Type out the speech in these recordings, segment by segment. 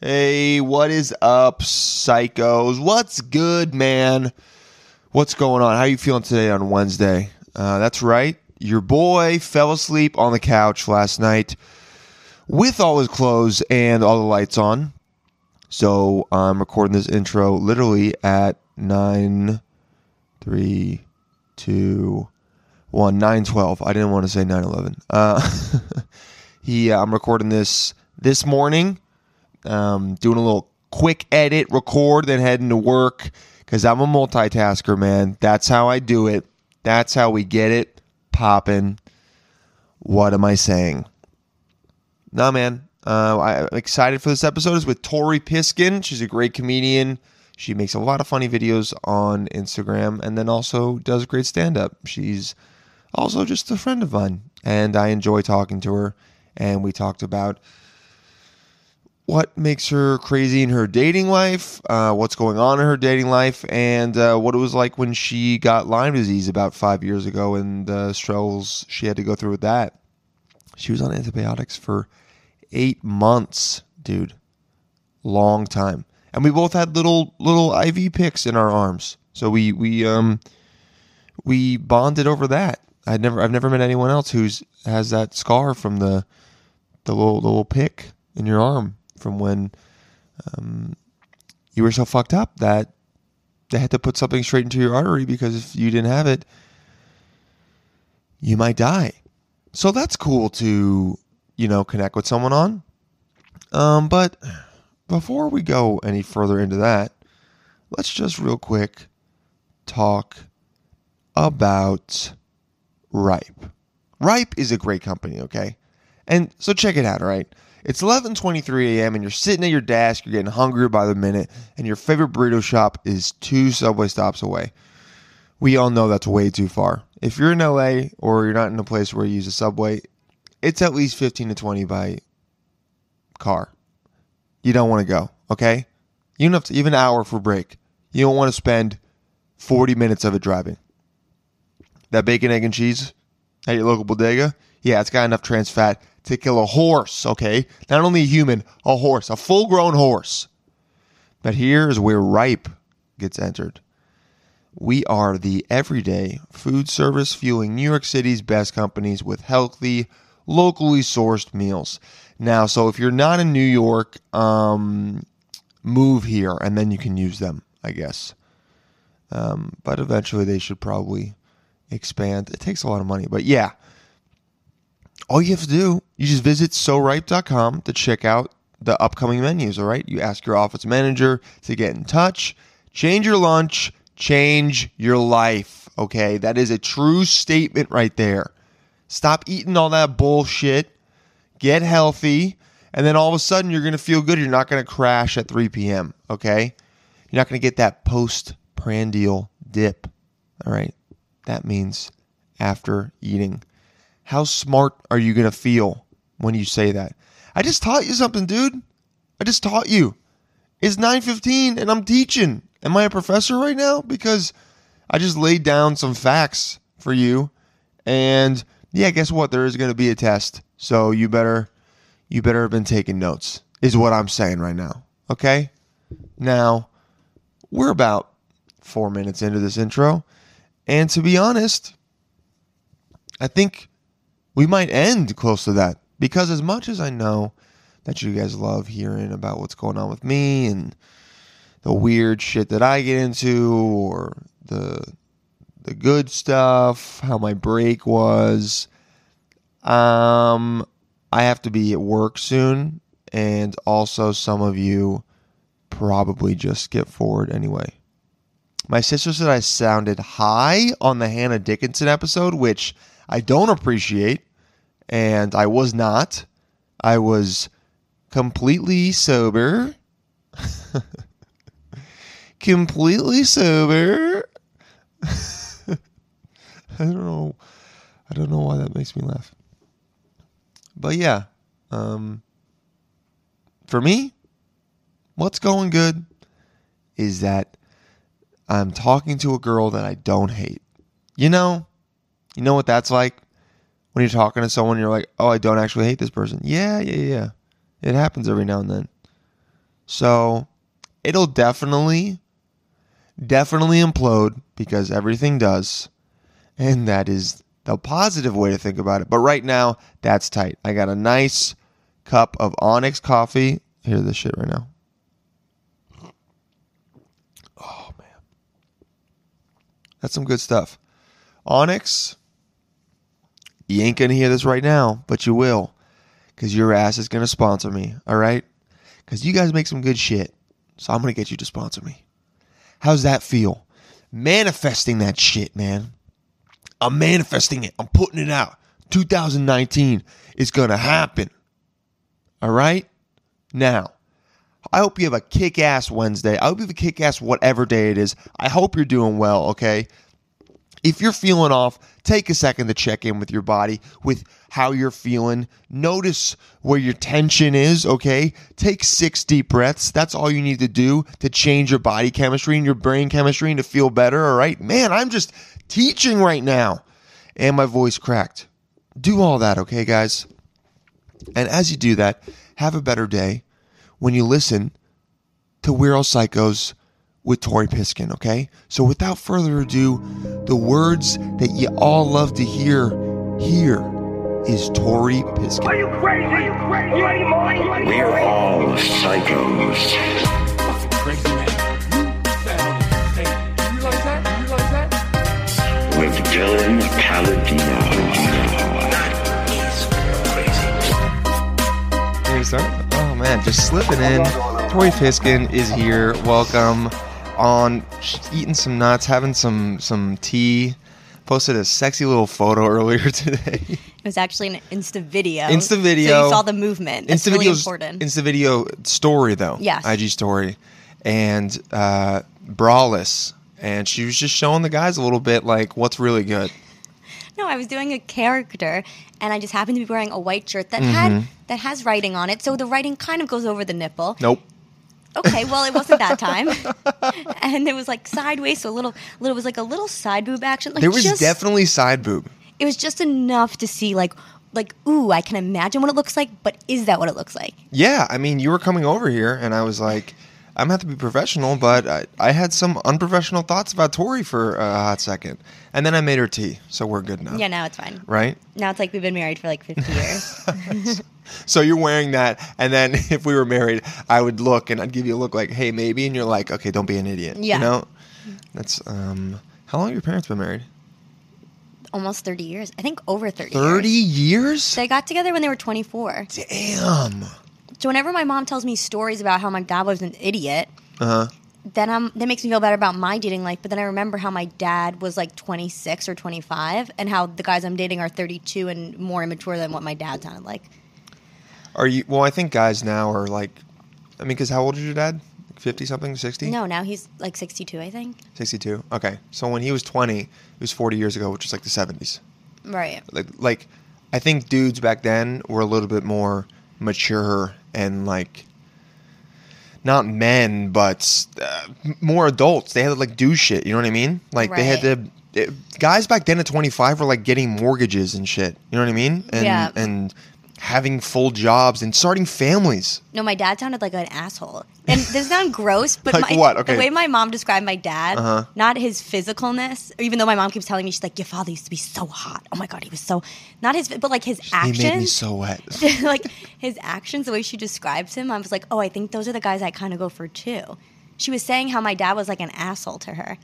Hey, what is up, psychos? What's good, man? What's going on? How you feeling today on Wednesday? Uh, that's right. Your boy fell asleep on the couch last night with all his clothes and all the lights on. So I'm recording this intro literally at nine, three, two, one, nine twelve. I didn't want to say nine eleven. Uh, he, uh, I'm recording this this morning um, doing a little quick edit, record, then heading to work because I'm a multitasker, man. That's how I do it. That's how we get it popping. What am I saying? Nah, man. Uh, I- I'm excited for this episode. It's with Tori Piskin. She's a great comedian. She makes a lot of funny videos on Instagram and then also does great stand up. She's also just a friend of mine, and I enjoy talking to her. And we talked about what makes her crazy in her dating life, uh, what's going on in her dating life, and uh, what it was like when she got Lyme disease about five years ago and the struggles she had to go through with that. She was on antibiotics for eight months, dude. Long time. And we both had little little IV picks in our arms. So we we um we bonded over that. I'd never I've never met anyone else who's has that scar from the the little the little pick in your arm from when um, you were so fucked up that they had to put something straight into your artery because if you didn't have it, you might die. So that's cool to you know connect with someone on. Um, but before we go any further into that, let's just real quick talk about Ripe. Ripe is a great company, okay? And so check it out, all right? It's 11:23 a.m. and you're sitting at your desk, you're getting hungrier by the minute, and your favorite burrito shop is two subway stops away. We all know that's way too far. If you're in LA or you're not in a place where you use a subway, it's at least 15 to 20 by car. You don't want to go, okay? You don't have to even an hour for break. You don't want to spend 40 minutes of it driving that bacon, egg, and cheese at your local bodega, yeah, it's got enough trans fat to kill a horse, okay? Not only a human, a horse, a full grown horse. But here is where Ripe gets entered. We are the everyday food service fueling New York City's best companies with healthy, locally sourced meals. Now, so if you're not in New York, um, move here and then you can use them, I guess. Um, but eventually they should probably expand. It takes a lot of money, but yeah. All you have to do, you just visit soripe.com to check out the upcoming menus, all right? You ask your office manager to get in touch, change your lunch, change your life, okay? That is a true statement right there. Stop eating all that bullshit, get healthy, and then all of a sudden you're going to feel good. You're not going to crash at 3 p.m., okay? You're not going to get that postprandial dip. All right. That means after eating. How smart are you going to feel when you say that? I just taught you something, dude. I just taught you. It's 9:15 and I'm teaching. Am I a professor right now? Because I just laid down some facts for you. And yeah, guess what? There is going to be a test. So you better you better have been taking notes. Is what I'm saying right now. Okay? Now, we're about 4 minutes into this intro. And to be honest, I think we might end close to that because as much as I know that you guys love hearing about what's going on with me and the weird shit that I get into or the the good stuff, how my break was, um I have to be at work soon and also some of you probably just skip forward anyway. My sister said I sounded high on the Hannah Dickinson episode, which I don't appreciate, and I was not. I was completely sober. completely sober. I don't know. I don't know why that makes me laugh. But yeah, um, for me, what's going good is that I'm talking to a girl that I don't hate. You know, you know what that's like when you're talking to someone. You're like, oh, I don't actually hate this person. Yeah, yeah, yeah. It happens every now and then. So it'll definitely, definitely implode because everything does. And that is the positive way to think about it. But right now, that's tight. I got a nice cup of Onyx coffee. Hear this shit right now. Oh, man. That's some good stuff. Onyx, you ain't going to hear this right now, but you will because your ass is going to sponsor me. All right? Because you guys make some good shit. So I'm going to get you to sponsor me. How's that feel? Manifesting that shit, man. I'm manifesting it. I'm putting it out. 2019 is going to happen. All right? Now, I hope you have a kick ass Wednesday. I hope you have a kick ass whatever day it is. I hope you're doing well, okay? If you're feeling off, take a second to check in with your body, with how you're feeling. Notice where your tension is, okay? Take six deep breaths. That's all you need to do to change your body chemistry and your brain chemistry and to feel better, all right? Man, I'm just teaching right now. And my voice cracked. Do all that, okay, guys? And as you do that, have a better day when you listen to We're All Psychos with Tori Piskin, okay? So without further ado, the words that you all love to hear here is Tori Piskin. Are you crazy? Are you crazy? You ain't mind. We're all psychos. crazy man. You sound insane. You realize that? You realize that? with Dylan Paladino. Here we start. Oh man, just slipping in. Tori Piskin is here. Welcome on she's eating some nuts, having some some tea. Posted a sexy little photo earlier today. It was actually an Insta video. Insta So video. you saw the movement. That's really video's- important. Insta video story though. Yes. IG story, and uh, braless, and she was just showing the guys a little bit like what's really good. no, I was doing a character, and I just happened to be wearing a white shirt that had Mm-hmm. that has writing on it. So the writing kind of goes over the nipple. Nope. Okay, well it wasn't that time, and it was like sideways, so a little, little it was like a little side boob action. Like There was just, definitely side boob. it was just enough to see like like ooh, I can imagine what it looks like, but is that what it looks like? Yeah, I mean, you were coming over here, and I was like, I'm gonna have to be professional, but I, I had some unprofessional thoughts about Tori for a hot second, and then I made her tea, so we're good now. Yeah, now it's fine. Right. Now it's like we've been married for like 50 years. So you're wearing that, and then if we were married, I would look and I'd give you a look like, "Hey, maybe," and you're like, "Okay, don't be an idiot." Yeah. You know. That's um. How long have your parents been married? Almost 30 years. I think over 30. years. Thirty years. They got together when they were 24. Damn. So whenever my mom tells me stories about how my dad was an idiot, Uh huh. then i that makes me feel better about my dating life. But then I remember how my dad was like 26 or 25, and how the guys I'm dating are 32 and more immature than what my dad sounded like. Are you? Well, I think guys now are like, I mean, because how old is your dad? Fifty something, sixty? No, now he's like 62, I think. 62. Okay. So when he was 20, it was 40 years ago, which is like the 70s. Right. Like like I think dudes back then were a little bit more mature and like not men, but uh, m- more adults. They had to like do shit, you know what I mean? Like they had Right. to it- guys back then at 25 were like getting mortgages and shit, you know what I mean? And Yeah. and having full jobs and starting families. No, my dad sounded like an asshole. And this sounds gross, but Like my, what? Okay. the way my mom described my dad, Uh-huh. not his physicalness, even though my mom keeps telling me, she's like, your father used to be so hot. Oh my God, he was so, not his, but like his actions. He made me so wet. like his actions, the way she describes him, I was like, oh, I think those are the guys I kind of go for too. She was saying how my dad was like an asshole to her.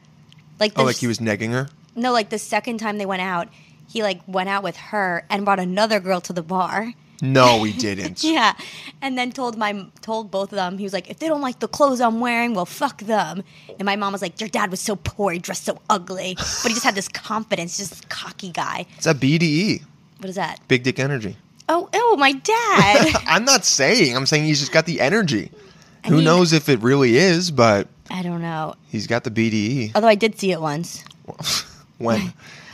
Like, the, oh, like he was negging her? no, like the second time they went out, he like went out with her and brought another girl to the bar. No, he didn't. Yeah, and then told my told both of them. He was like, if they don't like the clothes I'm wearing, well, fuck them. And my mom was like, your dad was so poor, he dressed so ugly, but he just had this confidence, just this cocky guy. It's a BDE, What is that? big dick energy. Oh, oh, my dad. I'm not saying. I'm saying he's just got the energy. Who mean- knows if it really is, but I don't know. he's got the BDE. Although I did see it once. When?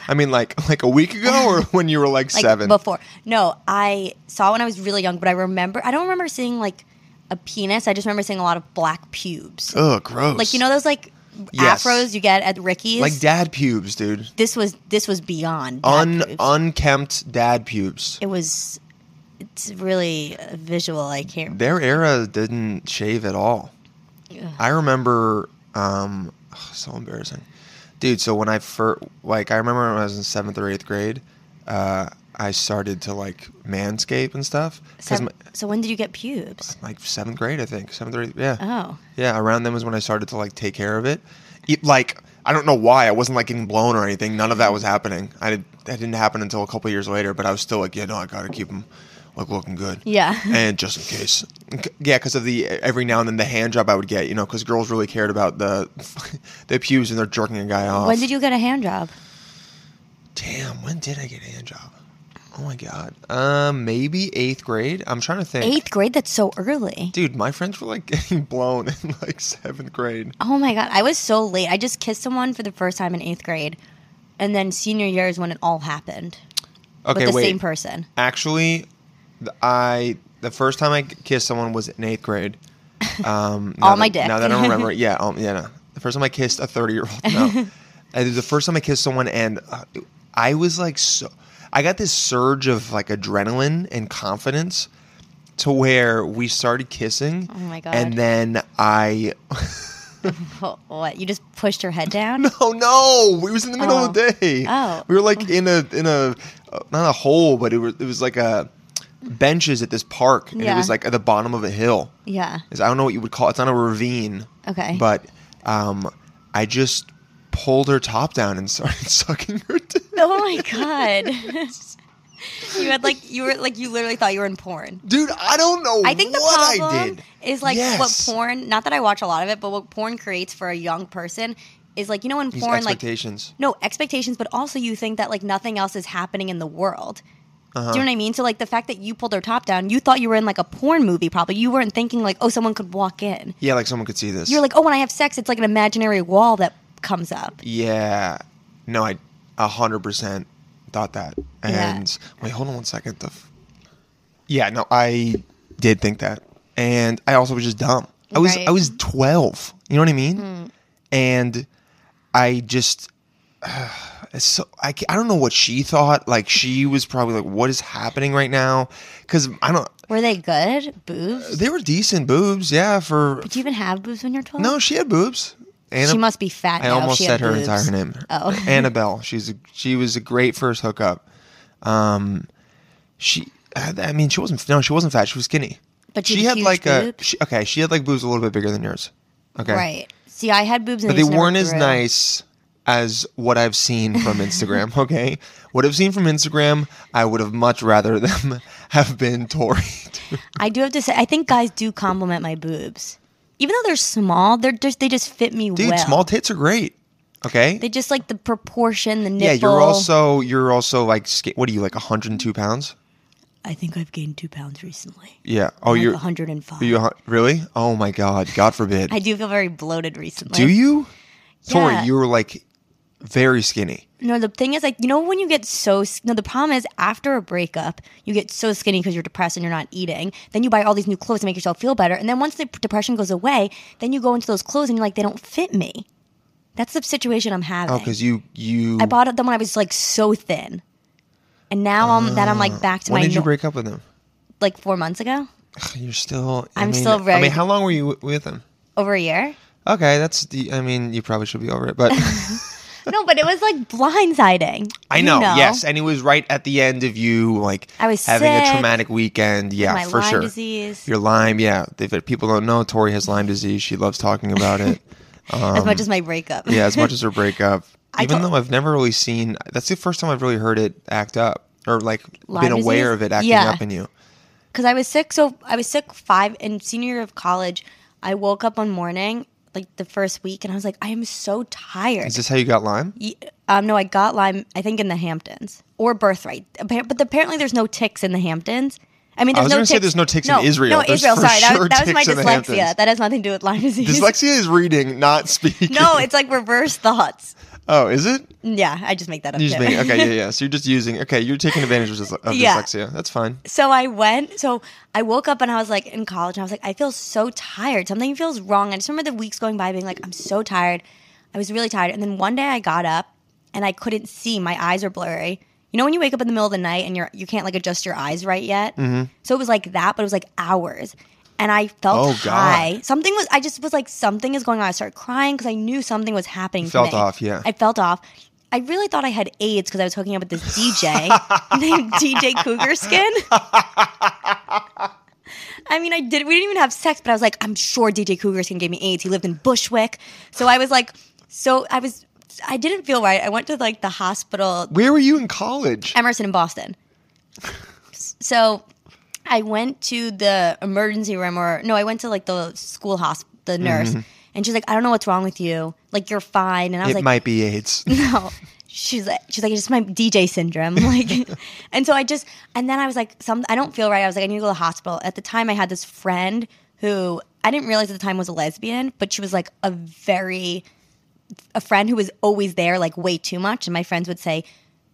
I mean, like like a week ago, or when you were like, like seven. before. No, I saw it when I was really young, but I remember I don't remember seeing like a penis. I just remember seeing a lot of black pubes. Ugh, gross. Like you know those like Yes. afros you get at Ricky's. like dad pubes, dude. this was this was beyond. black Un pubes. unkempt dad pubes. it was it's really uh, visual. I can't. Their era didn't shave at all. I remember, um, so embarrassing, dude. So when I first, like, I remember when I was in seventh or eighth grade, uh, I started to like manscape and stuff because So, so when did you get pubes? like seventh grade, I think seventh or eighth, yeah, Oh, yeah. Around then was when I started to like take care of it. E- like I don't know why I wasn't like getting blown or anything. None of that was happening. I did, that didn't happen until a couple years later. But I was still like, yeah, no, I gotta keep them like looking good. Yeah. and just in case, yeah, because of the every now and then the hand job I would get, you know, because girls really cared about the the pews and they're jerking a guy off. when did you get a hand job? Damn, when did I get a hand job? Oh my god, um, maybe eighth grade. I'm trying to think. Eighth grade. That's so early. Dude, my friends were like getting blown in like seventh grade. Oh my god, I was so late. I just kissed someone for the first time in eighth grade, and then senior year is when it all happened Okay, with the wait. same person. Actually, th- I the first time I kissed someone was in eighth grade. Um, now All my that, dick. Now that I remember, it, yeah, um, yeah. No. The first time I kissed a thirty-year-old. No, Uh, the first time I kissed someone, and uh, I was like, so I got this surge of like adrenaline and confidence to where we started kissing. Oh my God. And then I, Wh- What? You just pushed her head down? oh no, it was in the middle of the Oh. day. Oh. we were like in a in a uh, not a hole, but it was it was like a benches at this park, and it Yeah. was like at the bottom of a hill. Yeah. It's- I don't know what you would call it. It's not a ravine. Okay. But um, I just pulled her top down and started sucking her dick. Oh my god. you had like you were like you literally thought you were in porn. Dude, I don't know I think the what problem I did. is like Yes. what porn. Not that I watch a lot of it, but what porn creates for a young person is like you know in These porn like expectations. no expectations, but also you think that like nothing else is happening in the world. Uh-huh. Do you know what I mean? So like the fact that you pulled her top down, you thought you were in like a porn movie. Probably you weren't thinking like oh someone could walk in. yeah, like someone could see this. You're like oh when I have sex, it's like an imaginary wall that comes up. yeah. No, I a hundred percent thought that. And wait, hold on one second. The f- yeah, no, I did think that, and I also was just dumb. I was Right. Hmm. I was twelve. You know what I mean? And I just It's so I, ca- I don't know what she thought. Like she was probably like, "What is happening right now?" Because I don't. Were they good boobs? They were decent boobs, yeah. For Do you even have boobs when you're 12? no, she had boobs. Anna, She must be fat. I now if almost she said had her boobs. entire name. Oh. Annabelle. She's a, she was a great first hookup. Um, she. I mean, she wasn't. No, she wasn't fat. She was skinny. But she she had had huge like a. boobs? She, okay, she had like boobs a little bit bigger than yours. Okay, Right. See, I had boobs, and but they just never weren't as grew. nice as what I've seen from Instagram. Okay, what I've seen from Instagram, I would have much rather them have been Tory. I do have to say, I think guys do compliment my boobs, even though they're small. They're just they just fit me Dude, well. small tits are great. Okay, They just like the proportion, the nipple. yeah, you're also you're also like sca- what are you like 102 pounds? I think I've gained two pounds recently. Yeah. Oh, like you're 105. Are you hun- really? Oh my God! God forbid. I do feel very bloated recently. Do you? Tori, Yeah. you were like very skinny. No, the thing is, like, you know, when you get so s- no, the problem is after a breakup, you get so skinny because you're depressed and you're not eating. Then you buy all these new clothes to make yourself feel better, and then once the p- depression goes away, then you go into those clothes and you're like, they don't fit me. That's the situation I'm having. Oh, because you you. I bought them when I was like so thin, and now I'm that I'm like back to Oh. when my did you no- break up with him? like four months ago, You're still. I I'm mean- still I very- mean, how long were you w- with him? over a year. Okay, that's the. I mean, you probably should be over it, but No, but it was like blindsiding. I You know, Yes, and it was right at the end of you, like I was having a sick. traumatic weekend. Yeah, my for Lyme sure. disease. Your Lyme, yeah. If it- people don't know, Tori has Lyme disease. She loves talking about it. as much as my breakup. um yeah, as much as her breakup. I Even told- though I've never really seen, that's the first time I've really heard it act up or like Lyme been aware disease? of it acting Yeah. up in you. because I was sick. So I was sick five in senior year of college. I woke up one morning, like the first week, and I was like, I am so tired. Is this how you got Lyme? Ye- um, no, I got Lyme. I think in the Hamptons or birthright, Appa- but apparently there's no ticks in the Hamptons. I mean, I there's was no gonna ticks. say there's no ticks in No, Israel. No, There's Israel. for Sorry, sure that, that was my ticks in the Hamptons. dyslexia. That has nothing to do with Lyme disease. Dyslexia is reading, not speaking. no, it's like reverse thoughts. Oh, is it? Yeah, I just make that up. You just too. think, okay, yeah, yeah. So you're just using, okay, you're taking advantage of, dys- of Yeah. dyslexia. That's fine. so I went. So I woke up and I was like in college and I was like, I feel so tired. Something feels wrong. I just remember the weeks going by being like, I'm so tired. I was really tired. And then one day I got up and I couldn't see. My eyes were blurry. You know when you wake up in the middle of the night and you're you can't like adjust your eyes right yet. Mm-hmm. So it was like that, but it was like hours, and I felt Oh, God. high. Something was. I just was like something is going on. I started crying because I knew something was happening. to Felt me. off, yeah. I felt off. I really thought I had AIDS because I was hooking up with this DJ named DJ Cougar Skin. I mean, I did. We didn't even have sex, but I was like, I'm sure DJ Cougar's gonna give me AIDS. He lived in Bushwick, so I was like, so I was, I didn't feel right. I went to like the hospital, Where were you in college? Emerson in Boston. So I went to the emergency room, or no, I went to like the school hospital, the nurse, and she's like, I don't know what's wrong with you. Like you're fine, and I was it like, might be AIDS. no. She's like, she's like, it's just my DJ syndrome. Like, and so I just, and then I was like, some, I don't feel right. I was like, I need to go to the hospital. At the time, I had this friend who I didn't realize at the time was a lesbian, but she was like a very, a friend who was always there, like way too much. And my friends would say,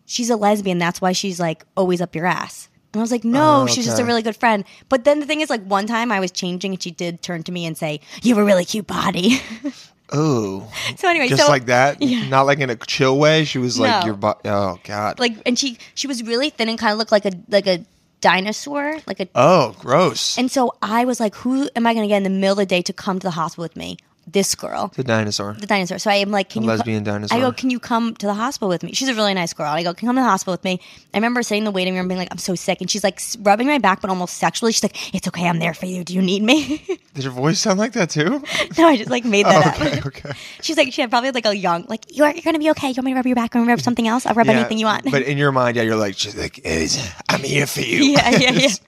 she's a lesbian. That's why she's like always up your ass. And I was like, no, Oh, she's just a okay. really good friend. But then the thing is, like, one time I was changing and she did turn to me and say, you have a really cute body. oh, so anyway, just so, like that. Yeah. Not like in a chill way. She was like No. your bo- oh god. like and she she was really thin and kind of looked like a like a dinosaur like a oh, gross. and so i was like who am i going to get in the middle of the day to come to the hospital with me this girl the dinosaur. the dinosaur so i am like A can you co- lesbian dinosaur. i go can you come to the hospital with me she's a really nice girl i go can you come to the hospital with me i remember sitting in the waiting room being like i'm so sick and she's like s- rubbing my back but almost sexually she's like it's okay i'm there for you do you need me Did your voice sound like that too? no i just like made that okay, up okay. she's like she had probably like a young like you're, you're gonna be okay you want me to rub your back or rub something else i'll rub Yeah, anything you want But in your mind, yeah, you're like, she's like, AIDS, I'm here for you. yeah yeah yeah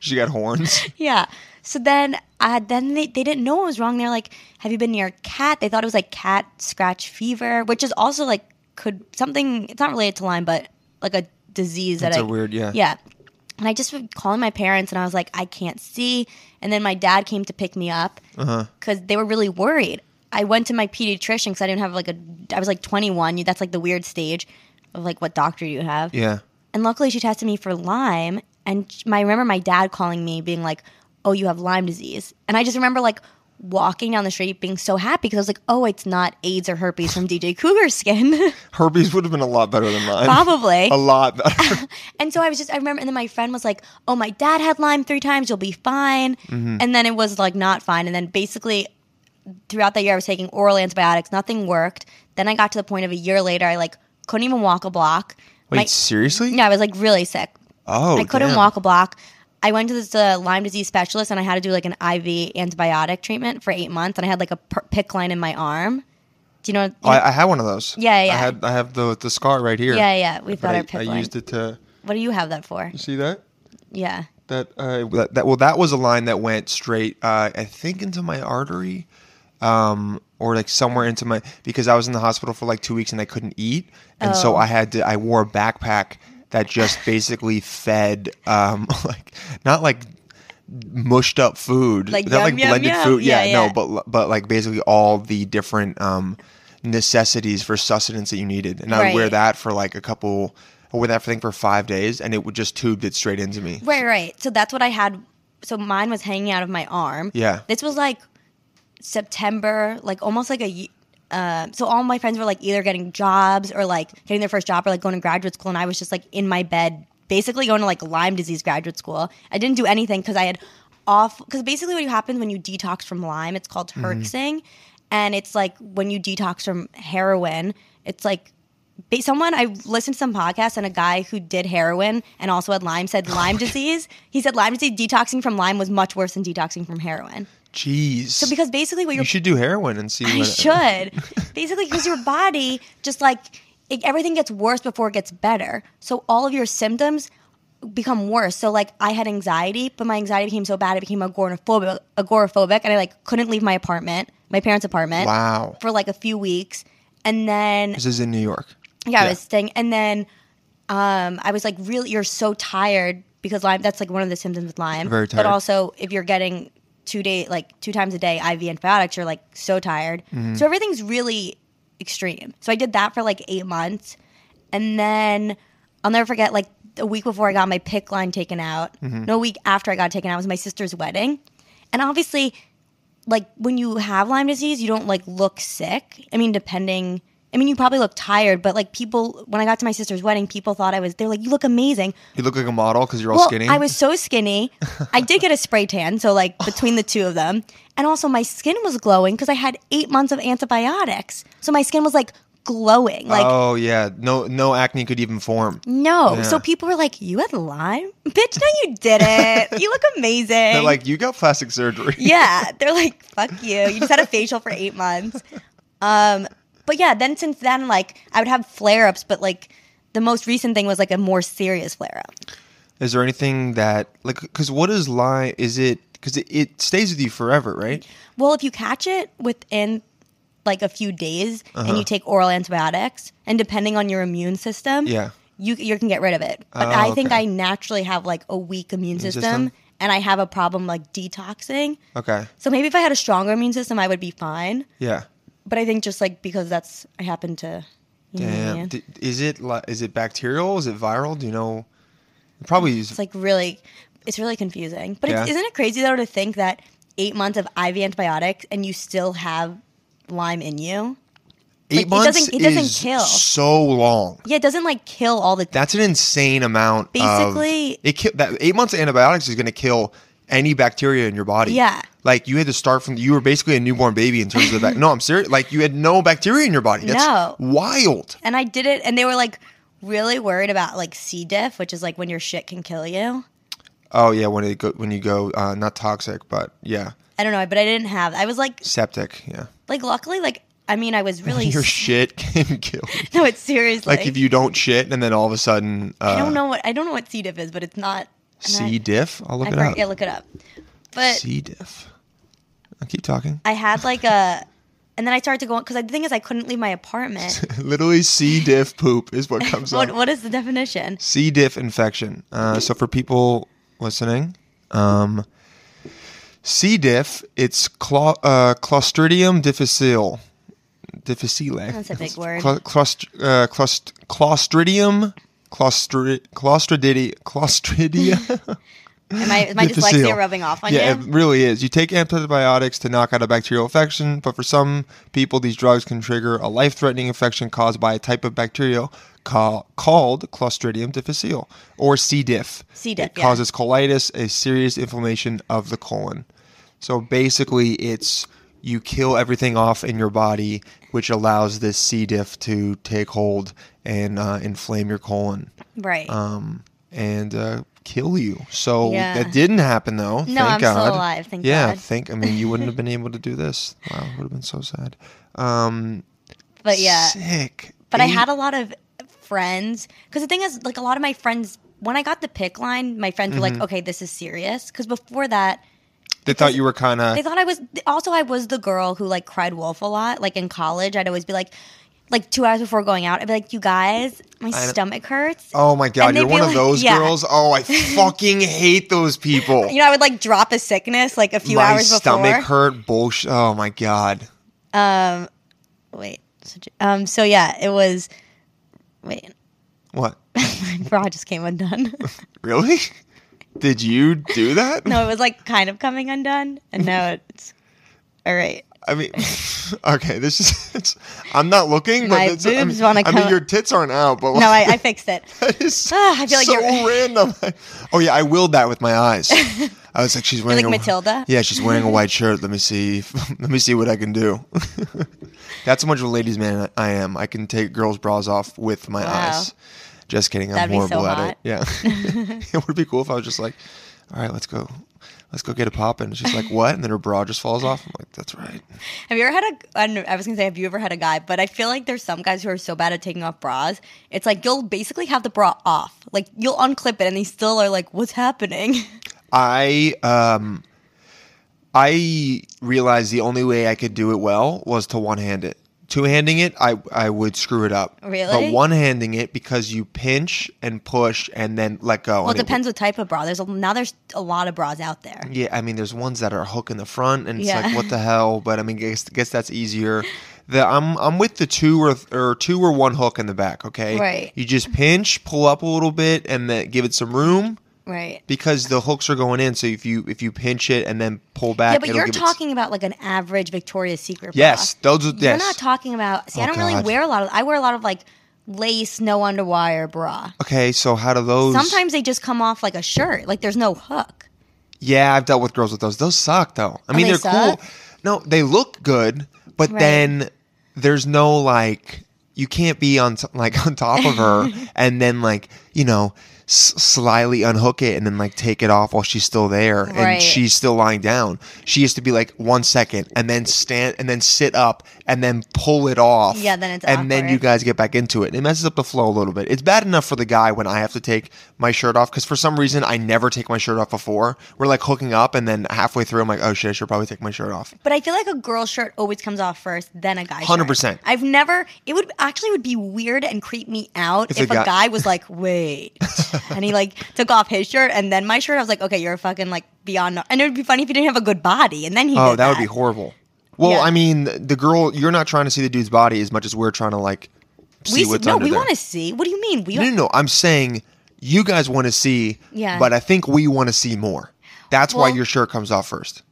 she got horns. Yeah. So then, uh, then they, they didn't know what was wrong. They're like, "Have you been near a cat?" They thought it was like cat scratch fever, which is also like could something. It's not related to Lyme, but like a disease That's that a I- weird- yeah. yeah. And I just was calling my parents, and I was like, "I can't see." And then my dad came to pick me up Uh-huh. because they were really worried. I went to my pediatrician because I didn't have like a. I was like 21. You- That's like the weird stage of like what doctor do you have? Yeah. And luckily, she tested me for Lyme. And sh- my, I remember my dad calling me, being like, "Oh, you have Lyme disease." And I just remember like walking down the street, being so happy because I was like, "Oh, it's not AIDS or herpes from DJ Cougar skin, Herpes would have been a lot better than mine. probably." A lot better. And so I was just, I remember, and then my friend was like, "Oh, my dad had Lyme three times. You'll be fine." Mm-hmm. And then it was like not fine. And then basically, throughout that year, I was taking oral antibiotics. Nothing worked. Then I got to the point of a year later, I like couldn't even walk a block. Wait, My- seriously? yeah, I was like really sick. Oh, I couldn't damn. walk a block. I went to this uh, Lyme disease specialist and I had to do like an IV antibiotic treatment for eight months, and I had like a per- pick line in my arm. Do you know? Oh, I, I had one of those. Yeah, yeah. I had. I have the the scar right here. yeah, yeah. We've But got our I, pick I line. used it to What do you have that for? you see that Yeah. that uh that, that well that was a line that went straight uh I think into my artery, um or like somewhere into my because I was in the hospital for like two weeks and I couldn't eat and so Oh. I had to I wore a backpack that just basically fed um like not like mushed up food Like not like yum, yum, blended yum. food Yeah, yeah. no but but but like basically all the different um, necessities for sustenance that you needed. And I would wear Right. that for like a couple, I wear that for, I think for five days, and it would just tubed it straight into me. Right, right. So that's what I had. So mine was hanging out of my arm. Yeah. This was like September, like almost like a. ye- Uh, so all my friends were like either getting jobs or like getting their first job or like going to graduate school, and I was just like in my bed, basically going to like Lyme disease graduate school. I didn't do anything because I had off. Because basically, what happens when you detox from Lyme, it's called herxing, and it's like when you detox from heroin, it's like ba- someone I listened to some podcast and a guy who did heroin and also had Lyme said Lyme disease. He said Lyme disease detoxing from Lyme was much worse than detoxing from heroin. Jeez. So Because basically what you you're should do heroin and see. I what should. Basically, because your body just like it, everything gets worse before it gets better. So all of your symptoms become worse. So like I had anxiety, but my anxiety became so bad it became agoraphobic, agoraphobic, and I like couldn't leave my apartment, my parents' apartment, Wow. for like a few weeks. And then This is in New York. yeah, Yeah. I was staying. And then um, I was like, really, you're so tired because Lyme, that's like one of the symptoms with Lyme. Very But tired. also, if you're getting two day, like two times a day IV antibiotics, you're like so tired. Mm-hmm. So everything's really extreme. So I did that for like eight months. And then I'll never forget, like a week before I got my pick line taken out, Mm-hmm. no, a week after I got taken out was my sister's wedding. And obviously, like when you have Lyme disease, you don't like look sick. I mean, depending I mean, you probably look tired, but like people, when I got to my sister's wedding, people thought I was. They're like, "You look amazing." You look like a model because you're all Oh, well, skinny. I was so skinny. I did get a spray tan, so like between the two of them, and also my skin was glowing because I had eight months of antibiotics, so my skin was like glowing. Like oh yeah, no no acne could even form. no, Yeah. so people were like, "You had Lyme, bitch? No, you didn't. you look amazing." They're like you got plastic surgery. yeah, they're like, "Fuck you. You just had a facial for eight months." Um, but yeah, then since then, like I would have flare ups, but like the most recent thing was like a more serious flare up. Is there anything that like because what is lie? Is it because it, it stays with you forever, right? Well, if you catch it within like a few days Uh-huh. and you take oral antibiotics, and depending on your immune system, Yeah. you you can get rid of it. But Oh, I think okay. I naturally have like a weak immune system, system? and I have a problem like detoxing. Okay. So maybe if I had a stronger immune system, I would be fine. Yeah. But I think just like because that's I happen to. You know what I Damn. mean? D- Is it li- is it bacterial? Is it viral? Do you know? It probably is. It's like really, it's really confusing. But it's, Yeah. isn't it crazy though to think that eight months of IV antibiotics and you still have Lyme in you? eight like, it months. doesn't- it doesn't is kill. So long. Yeah, it doesn't like kill all the That's an insane amount. of- Basically- it ki- that eight months of antibiotics is going to kill any bacteria in your body. Yeah. like you had to start from. You were basically a newborn baby in terms of that. no, I'm serious. Like you had no bacteria in your body. That's No. wild. and I did it, and they were like really worried about like C diff, which is like when your shit can kill you. Oh yeah, when it go, when you go uh, not toxic, but yeah, I don't know, but I didn't have. I was like, septic. Yeah, like luckily, like I mean, I was really your shit can kill. you. no, it's seriously Like if you don't shit, and then all of a sudden, uh, I don't know what I don't know what C diff is, but it's not I'm not- C diff. I'll look I it forget- up. yeah, look it up. But C diff. I keep talking. I had like a, and then I started to go because the thing is I couldn't leave my apartment. Literally, C diff poop is what comes what up. what is the definition? C. diff infection. Uh, so for people listening, um, C. diff, it's clo- uh, Clostridium difficile. Difficile. That's a big word. Cl- clost- uh, clost- Clostridium. Clostri- Clostridia. Clostridia. Am I is my Difficile. dyslexia rubbing off on yeah, it you? really is. You take antibiotics to knock out a bacterial infection, but for some people, these drugs can trigger a life threatening infection caused by a type of bacteria ca- called Clostridium difficile or C. diff. C. diff, It yeah. causes colitis, a serious inflammation of the colon. So basically, it's you kill everything off in your body, which allows this C. diff to take hold and uh, inflame your colon right. um, and uh, kill you. So Yeah. that didn't happen, though. thank I'm still God. alive, thank yeah, God. thank. I mean, you wouldn't have been able to do this. Wow, it would have been so sad. Um, but yeah. sick. But I Eight- had a lot of friends because the thing is, like a lot of my friends, when I got the pick line, my friends were like, Mm-hmm. "Okay, this is serious." Because before that, They thought you were kind of. they thought I was. Also, I was the girl who like cried wolf a lot. Like in college, I'd always be like, like two hours before going out, I'd be like, "You guys, my kn- stomach hurts." Oh my God, and they'd you're be one of like- those yeah. girls. Oh, I fucking hate those people. You know, I would like drop a sickness like a few my hours stomach before. hurt. Bullshit. Oh my God. Um, Wait. such a- Um. So yeah, it was. Wait, What? my bra just came undone. Really? Did you do that? no, it was like kind of coming undone, and now it's all right. I mean, okay, this is. It's, I'm not looking, but My it's, I boobs mean, wanna I mean, come- your tits aren't out, but No, I, I fixed it. That is Ah, I feel like so you're- random. Oh yeah, I willed that with my eyes. I was like, she's wearing like a- Matilda? Yeah, she's wearing a white shirt. Let me see. if- Let me see what I can do. That's how much of a ladies' man I am. I can take girls' bras off with my Wow. eyes. Just kidding. I'm That'd be so horrible at hot. it. Yeah, it would be cool if I was just like, all right, let's go. Let's go get a pop, and she's like, "What?" And then her bra just falls off. I'm like, "That's right." Have you ever had a? I, don't know, I was gonna say, have you ever had a guy? But I feel like there's some guys who are so bad at taking off bras. It's like you'll basically have the bra off, like you'll unclip it, and they still are like, "What's happening?" I um I realized the only way I could do it well was to one hand it. Two handing it, I I would screw it up. Really? But one handing it because you pinch and push and then let go. Well, it and depends what type of bra. There's a, now there's a lot of bras out there. yeah, I mean, there's ones that are hook in the front, and it's Yeah. like, what the hell? But I mean, guess guess that's easier. The I'm I'm with the two or or two or one hook in the back. Okay, Right. You just pinch, pull up a little bit, and then give it some room, Right. because the hooks are going in. So if you if you pinch it and then pull back, Yeah, but it'll you're give it- talking about like an average Victoria's Secret. Yes, bra. those are- You're yes. not talking about. See, Oh, I don't really God. wear a lot of. I wear a lot of like lace, no underwire bra. okay, so how do those? Sometimes they just come off like a shirt. Like there's no hook. Yeah, I've dealt with girls with those. Those suck though. I mean, Oh, they are suck? cool. No, they look good, but Right. then there's no like you can't be on t- like on top of her and then like you know s- slyly unhook it and then like take it off while she's still there Right. and she's still lying down. She has to be like one second and then stand and then sit up and then pull it off. Yeah, then it's and then you awkward. guys get back into it. It messes up the flow a little bit. It's bad enough for the guy when I have to take my shirt off because for some reason I never take my shirt off before. We're like hooking up, and then halfway through, I'm like, oh shit, I should probably take my shirt off. But I feel like a girl shirt always comes off first, then a guy. shirt. 100%. I've never. It would actually would be weird and creep me out If if, a a, guy- guy, was like, "Wait," and he like took off his shirt and then my shirt. I was like, "Okay, you're fucking like beyond." no-" And it would be funny if he didn't have a good body, and then he. Oh, that, did would be horrible. Well, Yeah. I mean, the girl, you're not trying to see the dude's body as much as we're trying to like see We what's no, under we there. want to see. What do you mean? We No, no, no. I'm saying you guys want to see, Yeah. but I think we want to see more. That's why Well- your shirt comes off first.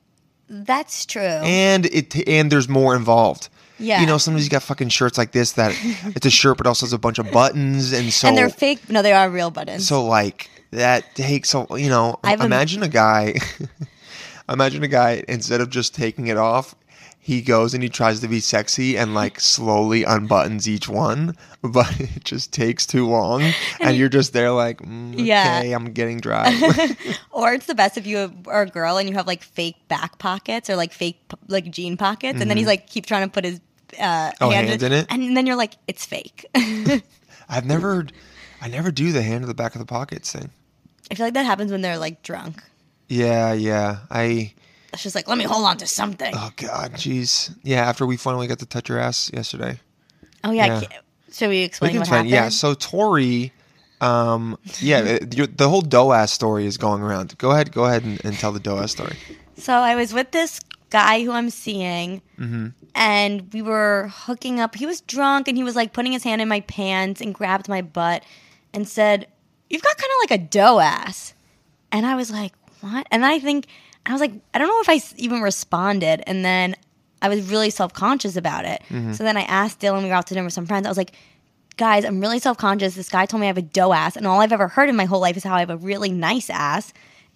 That's true. and it and there's more involved. Yeah. you know, sometimes you got fucking shirts like this that it's a shirt, but also has a bunch of buttons, and so and they're fake. No, they are real buttons. so like that takes so you know. I have a- imagine a guy, imagine a guy instead of just taking it off. He goes and he tries to be sexy and like slowly unbuttons each one, but it just takes too long, and, you're just there like, mm, Yeah. okay, I'm getting dry. or it's the best if you are a girl and you have like fake back pockets or like fake p- like jean pockets, and then he's like keep trying to put his uh, Mm-hmm. Oh, hand hands in it? and then you're like it's fake. I've never, I never do the hand to the back of the pockets thing. I feel like that happens when they're like drunk. Yeah, yeah, I. It's just like let me hold on to something. Oh God, jeez. Yeah, after we finally got to touch her ass yesterday, oh yeah. I yeah. can't- Should we we explain can what find. happened? Yeah, so Tori, um, yeah, it- you- the whole doe ass story is going around. Go ahead, go ahead and, and tell the doe ass story. So I was with this guy who I'm seeing, Mm-hmm. and we were hooking up. He was drunk, and he was like putting his hand in my pants and grabbed my butt and said, "You've got kind of like a dough ass." And I was like, "What?" And I think I was like, I don't know if I s- even responded. And then I was really self conscious about it. So then I asked Dylan. We were out to dinner with some friends. I was like. Guys, I'm really self conscious. This guy told me I have a dough ass, and all I've ever heard in my whole life is how I have a really nice ass.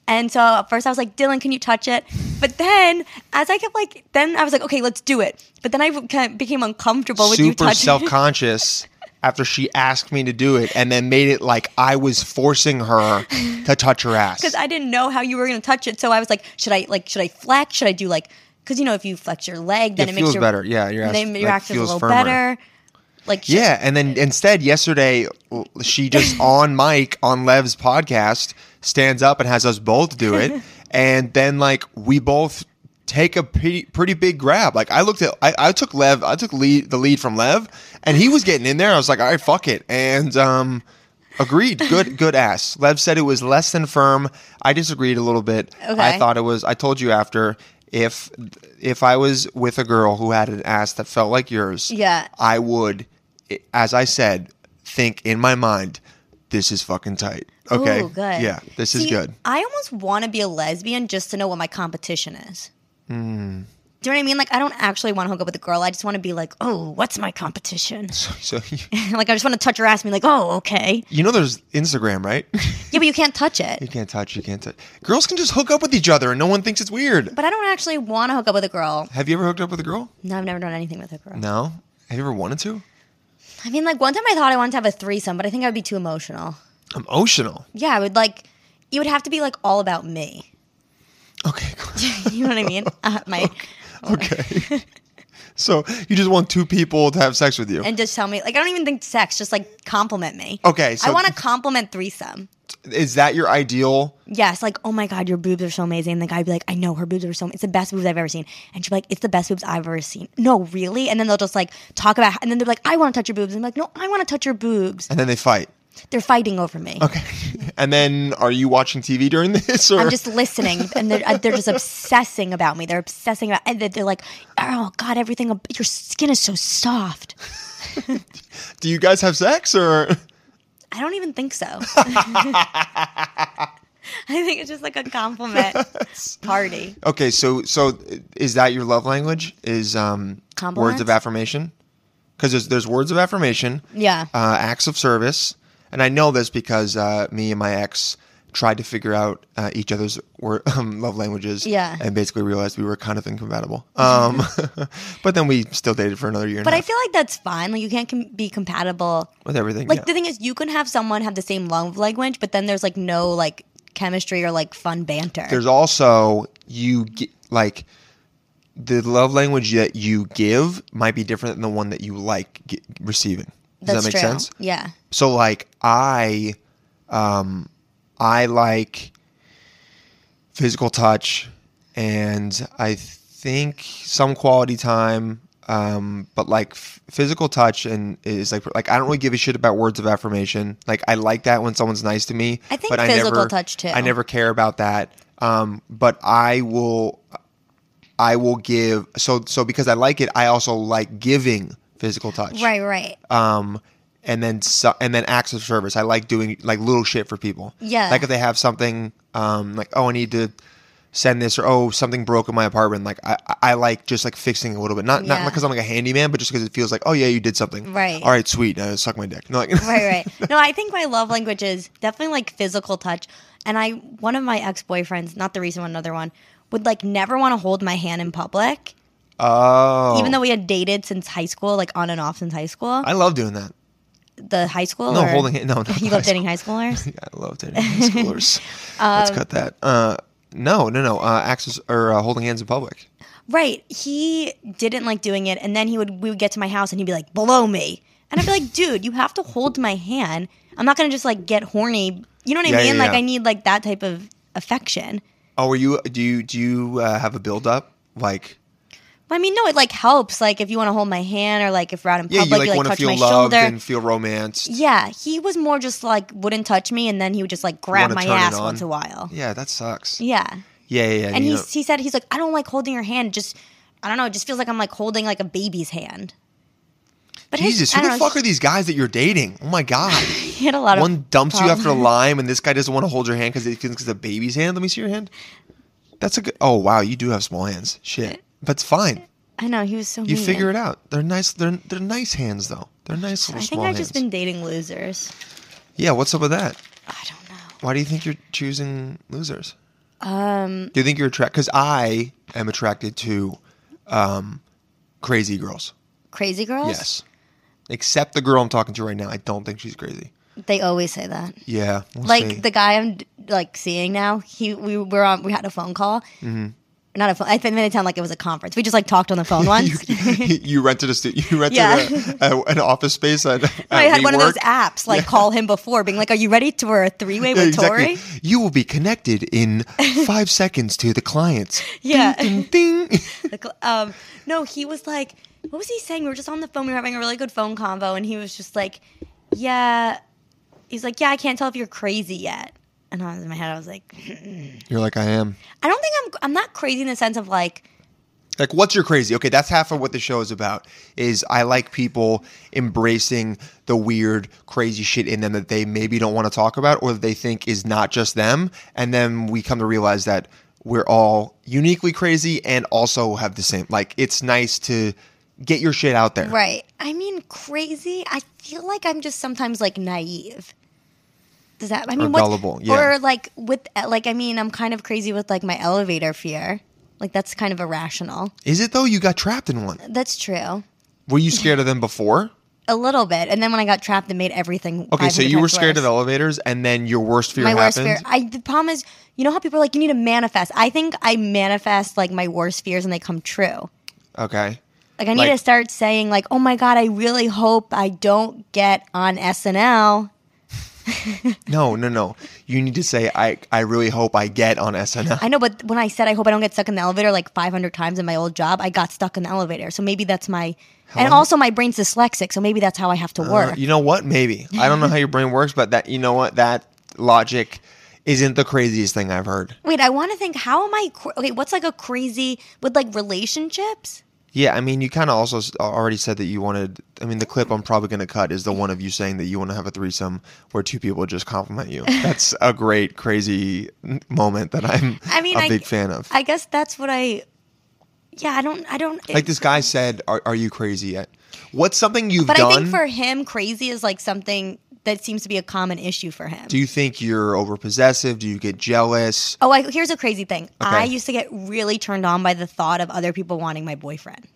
And so at first I was like, Dylan, can you touch it? But then as I kept like, then I was like, okay, let's do it. But then I kind of became uncomfortable with you Super touching self conscious after she asked me to do it, and then made it like I was forcing her to touch her ass. because I didn't know how you were going to touch it. So I was like, should I like, should I flex? Should I do like, because you know, if you flex your leg, then It it, makes feels your, better. Yeah, your ass, then your like, ass feels a feels little firmer. better. Like, should- Yeah, and then instead yesterday l- she just on mic on Lev's podcast stands up and has us both do it, and then like we both take a pretty, pretty big grab. Like I looked at I, I took Lev I took lead the lead from Lev, and he was getting in there. I was like, all right, fuck it, and um. Agreed. Good, good ass. Lev said it was less than firm. I disagreed a little bit. I Okay. thought it was. I told you after if if I was with a girl who had an ass that felt like yours, Yeah. I would, i- as I said, think in my mind, this is fucking tight. Okay. Ooh, good. Yeah, this is See, good. I almost want to be a lesbian just to know what my competition is. Hmm. Do you know what I mean? Like, I don't actually want to hook up with a girl. I just want to be like, oh, what's my competition? So you- like, I just want to touch her ass and be like, oh, okay. you know, there's Instagram, right? Yeah, but you can't touch you it. can't touch. You can't touch. Girls can just hook up with each other, and no one thinks it's weird. But I don't actually want to hook up with a girl. Have you ever hooked up with a girl? No, I've never done anything with a girl. No. Have you ever wanted to? I mean, like, one time I thought I wanted to have a threesome, but I think I would be too emotional. Emotional. Yeah, I would like, it would have to be like all about me. Okay. you know what I mean? Uh, my, okay. so you just want two people to have sex with you. and just tell me, like, I don't even think sex, just like compliment me. Okay, so- I want to compliment threesome. is that your ideal? Yes, like, oh my God, your boobs are so amazing. And the guy'd be like, I know her boobs are so, it's the best boobs I've ever seen. And she'd be like, it's the best boobs I've ever seen. No, really? And then they'll just like talk about, and then they're like, I want to touch your boobs. And I'm like, no, I want to touch your boobs. And then they fight. They're fighting over me. Okay. And then are you watching TV during this? Or I'm just listening, and they're uh, they're just obsessing about me. They're obsessing about, and they're- they're like, "Oh God, everything. ab- Your skin is so soft." do you guys have sex or? I don't even think so. I think it's just like a compliment party. Okay, so so is that your love language? Is um words Compliments? of affirmation? Because there's there's words of affirmation, Yeah. uh, acts of service, and I know this because uh, me and my ex tried to figure out uh, each other's word, um, love languages, Yeah. and basically realized we were kind of incompatible. Um, but then we still dated for another year, and But a I half feel like that's fine. Like you can't com- be compatible. with everything. Like yeah. the thing is, you can have someone have the same love language, but then there's like no like chemistry or like fun banter. there's also you get, like the love language that you give might be different than the one that you like ge- receiving. Does that's that make true. sense? Yeah. So like I um I like physical touch and I think some quality time um but like f- physical touch and is like like I don't really give a shit about words of affirmation. Like I like that when someone's nice to me. I think but physical I never, touch, too. I never care about that. Um but I will I will give so so because I like it I also like giving physical touch Right. Right. um and then su- and then acts of service i like doing like little shit for people Yeah. like if they have something um like oh i need to send this or oh something broke in my apartment like i i I like just like fixing a little bit not not Yeah. because i'm like a handyman but just because it feels like oh yeah you did something Right. all right sweet uh, suck my dick no, like, right, right. No, I think my love language is definitely like physical touch. And I, one of my ex boyfriends, not the recent one, another one, would like never want to hold my hand in public, oh even though we had dated since high school, like on and off since high school. i love doing that the high school. no or- holding it no no You no, love dating high schoolers? I love dating high schoolers. Let's Um, cut that. Uh, no, no, no. Uh, access or uh, holding hands in public. Right. He didn't like doing it, and then he would we would get to my house, and he'd be like, "Below me," and I'd be like, "Dude, you have to hold my hand. I'm not gonna just like get horny. You know what Yeah, I mean? yeah, like yeah. I need like that type of affection." Oh, are you? Do you? Do you uh, have a build up? Like, I mean, no, it like helps. Like if you want to hold my hand, or like if we're out in yeah, public, you like, want to touch feel my loved shoulder. and feel romance. yeah, he was more just like wouldn't touch me, and then he would just like grab Wanna my turn it ass on. once a while. Yeah, that sucks. Yeah, Yeah, yeah, yeah. and you he know- he said he's like, I don't like holding your hand. Just I don't know. It just feels like I'm like holding like a baby's hand. But his- Jesus, I who the don't know, fuck are these guys that you're dating? Oh my god, He had a lot of one dumps you after a problems. lime, and this guy doesn't want to hold your hand because it thinks it's a baby's hand. Let me see your hand. That's a good. Oh wow, you do have small hands. Shit, but it's fine. I know he was so. You mean. figure it out. They're nice. They're they're nice hands though. They're nice little I think small I've hands. just been dating losers. yeah, what's up with that? I don't know. Why do you think you're choosing losers? Um, do you think you're attracted? Because I am attracted to um, crazy girls. Crazy girls. Yes. Except the girl I'm talking to right now. I don't think she's crazy. They always say that. Yeah. we'll like see. the guy I'm like seeing now. He we were on. We had a phone call. Mm-hmm. Not a phone. I made it sound like it was a conference. We just like talked on the phone once. you, you rented a stu- you rented Yeah. a, a, an office space at, I at had one of those WeWork. apps like call him before, being like, "Are you ready to a three way Yeah, with exactly. Tori?" You will be connected in five seconds to the clients. Yeah. Ding, ding, ding. The cl- um, no, he was like, what was he saying? We were just on the phone. We were having a really good phone convo, and he was just like, yeah. He's like, yeah, I can't tell if you're crazy yet. And I was in my head, I was like, You're like I am. I don't think I'm. I'm not crazy in the sense of like, Like, what's your crazy? Okay, that's half of what the show is about. Is I like people embracing the weird, crazy shit in them that they maybe don't want to talk about or that they think is not just them, and then we come to realize that we're all uniquely crazy and also have the same. Like, it's nice to get your shit out there. right. I mean, crazy. I feel like I'm just sometimes like naive. Does that? I mean, Or what's- gullible, yeah. Or like with like, I mean, I'm kind of crazy with like my elevator fear. Like that's kind of irrational. Is it though? You got trapped in one. That's true. Were you scared of them before? A little bit, and then when I got trapped, it made everything. Okay, so 500 you were times scared worse. of elevators, and then your worst fear my worst happened. fear. I the problem is, you know how people are like, you need to manifest. I think I manifest like my worst fears, and they come true. okay. Like I need Like- to start saying like, oh my god, I really hope I don't get on SNL. No, no, no. You need to say, I, I really hope I get on SNL. I know, but when I said I hope I don't get stuck in the elevator like 500 times in my old job, I got stuck in the elevator. So maybe that's my, and also my brain's dyslexic, so maybe that's how I have to Uh, work. you know what? Maybe I don't know how your brain works, but that you know what that logic isn't the craziest thing I've heard. Wait, I want to think. How am I? cr- Okay, what's like a crazy with like relationships? Yeah, I mean, you kind of also s- already said that you wanted. I mean, the clip I'm probably going to cut is the one of you saying that you want to have a threesome where two people just compliment you. That's a great, crazy moment that I'm I mean, a I- big fan of. I guess that's what I. Yeah, I don't. I don't. like this guy said, "Are, are you crazy yet?" What's something you've but done? I think for him, crazy is like something that seems to be a common issue for him. Do you think you're over possessive? Do you get jealous? oh, I, here's a crazy thing. I Okay. used to get really turned on by the thought of other people wanting my boyfriend,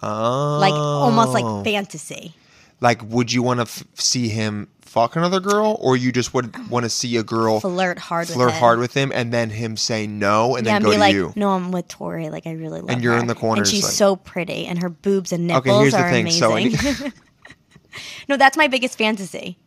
Oh, like almost like fantasy. like would you want to f- see him fuck another girl, or you just would want to see a girl Um, Flirt hard with flirt him. hard with him, and then him say no, and yeah, then and go be to like, you? no, I'm with Tori. Like, I really love. you're her. in the corner, and she's just like- so pretty, and her boobs and nipples Okay, here's the are thing. So I amazing. no, that's my biggest fantasy.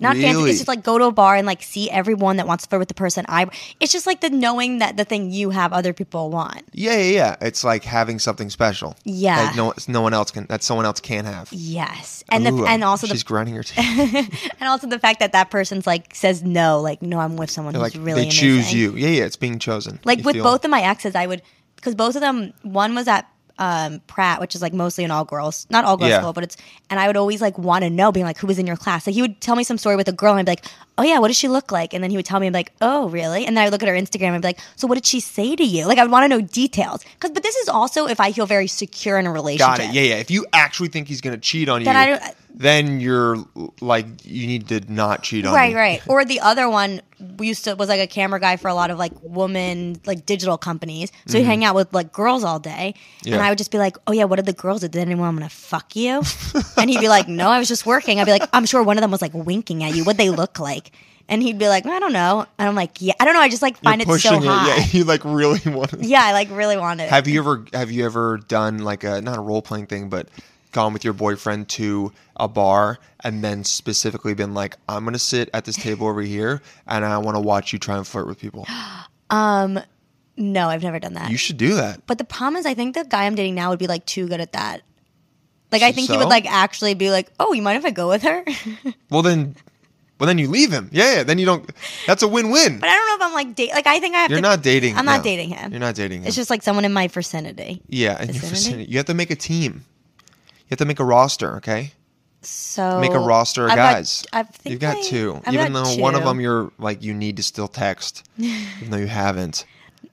Not fantasy. Really? It's just like go to a bar and like see everyone that wants to flirt with the person. I. It's just like the knowing that the thing you have, other people want. Yeah, yeah, yeah. It's like having something special. Yeah. That no, no one else can. That someone else can have. Yes, and the Ooh, and also the she's grinding her teeth. and also the fact that that person's like says no, like no, I'm with someone They're who's like really they choose amazing. you. Yeah, yeah. It's being chosen. Like You with feel- both of my exes, I would because both of them. One was at um, Pratt, which is like mostly an all girls, not all girls Yeah. school, but it's. And I would always like want to know, being like, who was in your class? Like he would tell me some story with a girl, and I'd be like, oh yeah, what does she look like? And then he would tell me, i like, oh really? And then I would look at her Instagram, and be like, so what did she say to you? Like I would want to know details because, but this is also if I feel very secure in a relationship. Got it. Yeah, yeah. If you actually think he's going to cheat on Then you, I don't- then you're like you need to not cheat on. Right, me. right. Or the other one we used to was like a camera guy for a lot of like woman like digital companies. So he'd hang out with like girls all day, Mm-hmm. Yeah. and I would just be like, "Oh yeah, what did the girls do? Did anyone want to fuck you?" and he'd be like, "No, I was just working." I'd be like, "I'm sure one of them was like winking at you. What they look like?" And he'd be like, "I don't know." And I'm like, "Yeah, I don't know. I just like You're find it so pushing hot." Yeah, Yeah. you like really want. To... I like really wanted. Have you ever have you ever done like a not a role playing thing, but gone with your boyfriend to a bar and then specifically been like, I'm gonna sit at this table over here and I want to watch you try and flirt with people. no, I've never done that. You should do that. But the problem is, I think the guy I'm dating now would be like too good at that. Like, I think he So? would like actually be like, "Oh, you mind if I go with her?" Well then, well then you leave him. Yeah, yeah. Then you don't. That's a win win. But I don't know if I'm like date. Like I think I have. You're to, not dating. I'm not no. dating him. You're not dating him. It's just like someone in my vicinity. yeah, and your vicinity? vicinity. You have to make a team. You have to make a roster. Okay. So make a roster of I've got- guys. I think You've got I- 2 I've even got though one of two. them you're like you need to still text, even though you haven't.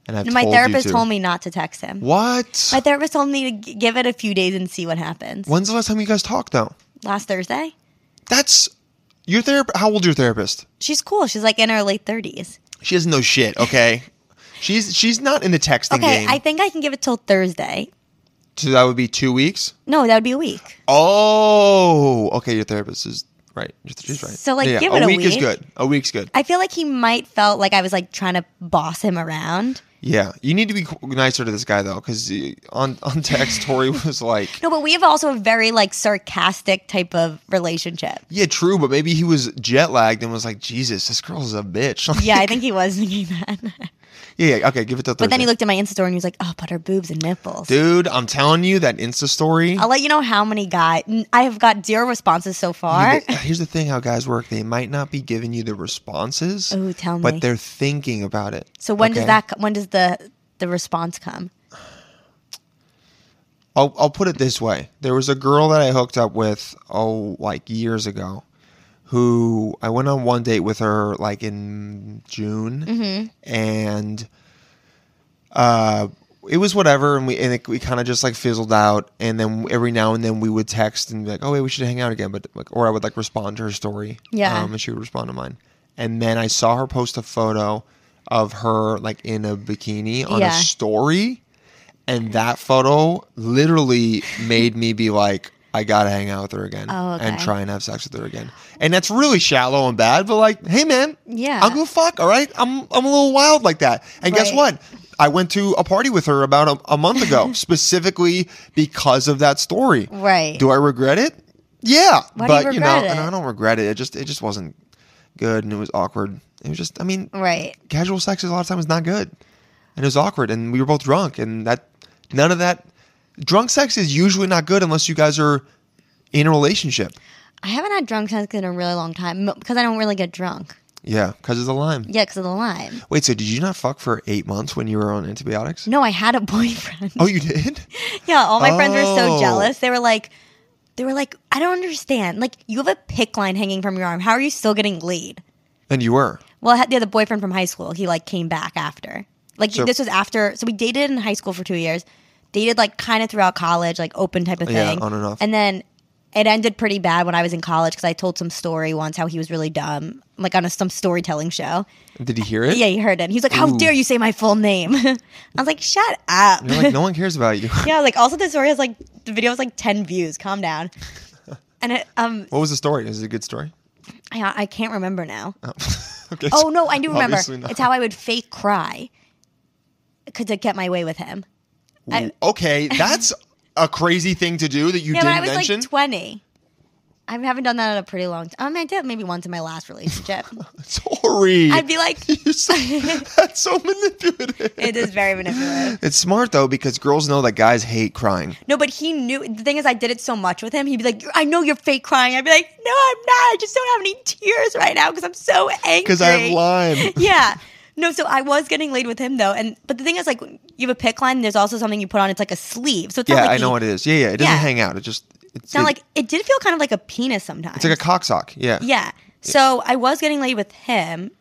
And I've And my told therapist you to. told me not to text him. what. My therapist told me to g- give it a few days and see what happens. When's the last time you guys talked though? Last Thursday, That's your therapist. How old is your therapist? she's cool. She's like in her late thirties. She doesn't know shit. Okay, she's she's not in the texting Okay, game. I think I can give it till Thursday. so that would be two weeks. No, that would be a week. Oh, okay. Your therapist is right. Your th- She's right. So, like, give a it a week is week. good. A week's good. I feel like he might felt like I was like trying to boss him around. Yeah, you need to be qu- nicer to this guy though, because on on text Tori was like, No, but we have also a very like sarcastic type of relationship. Yeah, true, but maybe he was jet lagged and was like, Jesus, this girl's a bitch. Yeah, I think he was thinking that. yeah, yeah, okay, give it to Thursday. But then he looked at my Insta story and he was like, "Oh, but her boobs and nipples." Dude, I'm telling you, that Insta story. I'll let you know how many guys. I have got zero responses so far. Here's the thing how guys work. They might not be giving you the responses. Ooh, tell me. But they're thinking about it. So when okay? does that? co- When does the the response come? I'll, I'll put it this way. There was a girl that I hooked up with, oh, like years ago, who I went on one date with her like in June, Mm-hmm. and uh, it was whatever, and we and it, we kind of just like fizzled out, and then every now and then we would text and be like, oh wait, we should hang out again, but like, or I would like respond to her story, Yeah. um, and she would respond to mine, and then I saw her post a photo of her like in a bikini on Yeah. a story. And that photo literally made me be like, I gotta hang out with her again Oh, okay. and try and have sex with her again. And that's really shallow and bad, but like, hey man, Yeah. I'll go fuck. All right, I'm I'm a little wild like that. And guess Right. what? I went to a party with her about a, a month ago, specifically because of that story. Right. Do I regret it? Yeah, Why do you but you, know, regret it? and I don't regret it. It just it just wasn't good, and it was awkward. It was just, I mean, Right. casual sex is a lot of times not good and it was awkward and we were both drunk and that none of that drunk sex is usually not good unless you guys are in a relationship I haven't had drunk sex in a really long time because I don't really get drunk. Yeah, because of the Lyme. Yeah, because of the Lyme. Wait, so did you not fuck for eight months when you were on antibiotics? No, I had a boyfriend. Oh, you did? Yeah, all my friends were so Oh. jealous. They were like, they were like, I don't understand. Like, you have a pick line hanging from your arm. How are you still getting laid? And you were. Well, I had the other boyfriend from high school. He like came back after. Like So- this was after. So we dated in high school for two years. Dated like kind of throughout college, like open type of Yeah, thing. on and off. And then it ended pretty bad when I was in college because I told some story once how he was really dumb, like on a, some storytelling show. Did you hear it? Yeah, he heard it. He's like, "How Ooh. dare you say my full name?" I was like, "Shut up." You're like, no one cares about you. Yeah, like also the story has like the video has like ten views. Calm down. And it, um, What was the story? Is it a good story? I, I can't remember now. Oh, okay, Oh so- no, I do remember. obviously not. It's how I would fake cry because to get my way with him. I- okay, that's a crazy thing to do that you Yeah, but I didn't was mention. like twenty. I haven't done that in a pretty long time. Um, I did maybe once in my last relationship. Sorry. I'd be like, You're so- that's so manipulative. it is very manipulative. It's smart though because girls know that guys hate crying. No, but he knew. The thing is, I did it so much with him. He'd be like, "I know you're fake crying." I'd be like, "No, I'm not. I just don't have any tears right now because I'm so angry." Because I have Lyme. yeah. No, so I was getting laid with him though, and but the thing is, like, you have a pick line. There's also something you put on. It's like a sleeve, so it's yeah, not like I know he- what it is. Yeah, yeah. It doesn't Yeah. hang out. It just it's It's not it- like it did feel kind of like a penis sometimes. it's like a cock sock. Yeah. yeah. So I was getting laid with him.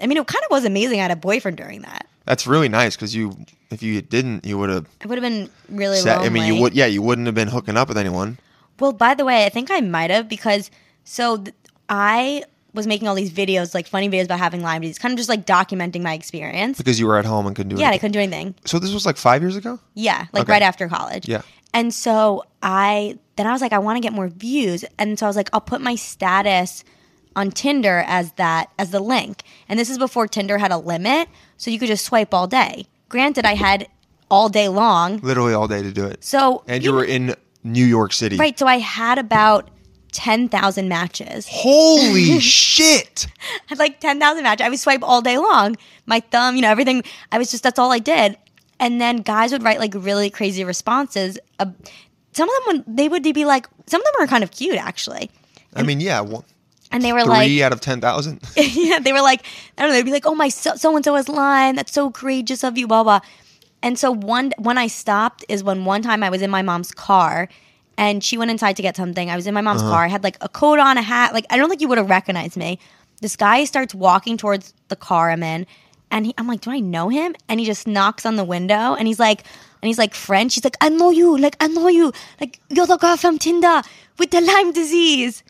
I mean, it kind of was amazing. I had a boyfriend during that. That's really nice because you if you didn't, you would have I would have been really. sat I mean you lonely. would yeah, you wouldn't have been hooking up with anyone. Well, by the way, I think I might have because so th- I was making all these videos, like funny videos about having Lyme disease, kind of just like documenting my experience. Because you were at home and couldn't do Yeah, and I anything. couldn't do anything. So this was like five years ago? Yeah, like Okay. right after college. Yeah. And so I then I was like, I want to get more views, and so I was like, I'll put my status on Tinder as that as the link. And this is before Tinder had a limit, so you could just swipe all day. Granted, I had all day long, Literally all day to do it. so and you were in New York City. right. So I had about ten thousand matches. Holy shit. had like 10,000 matches. I would swipe all day long. My thumb, you know, everything. I was just, that's all I did. And then guys would write like really crazy responses. Uh, some of them, would, they would be like, some of them were kind of cute actually. I mean, yeah, one, And they were three like, out of ten thousand. yeah, they were like, I don't know, they'd be like, oh, my so and so is lying. That's so courageous of you, blah, blah. And so one, when I stopped is when one time I was in my mom's car and she went inside to get something. I was in my mom's car. I had like a coat on, a hat. Like, I don't think you would have recognized me. This guy starts walking towards the car I'm in. And he, I'm like, do I know him? And he just knocks on the window and he's like, and he's like French. He's like, I know you. Like, I know you. Like, you're the girl from Tinder with the Lyme disease.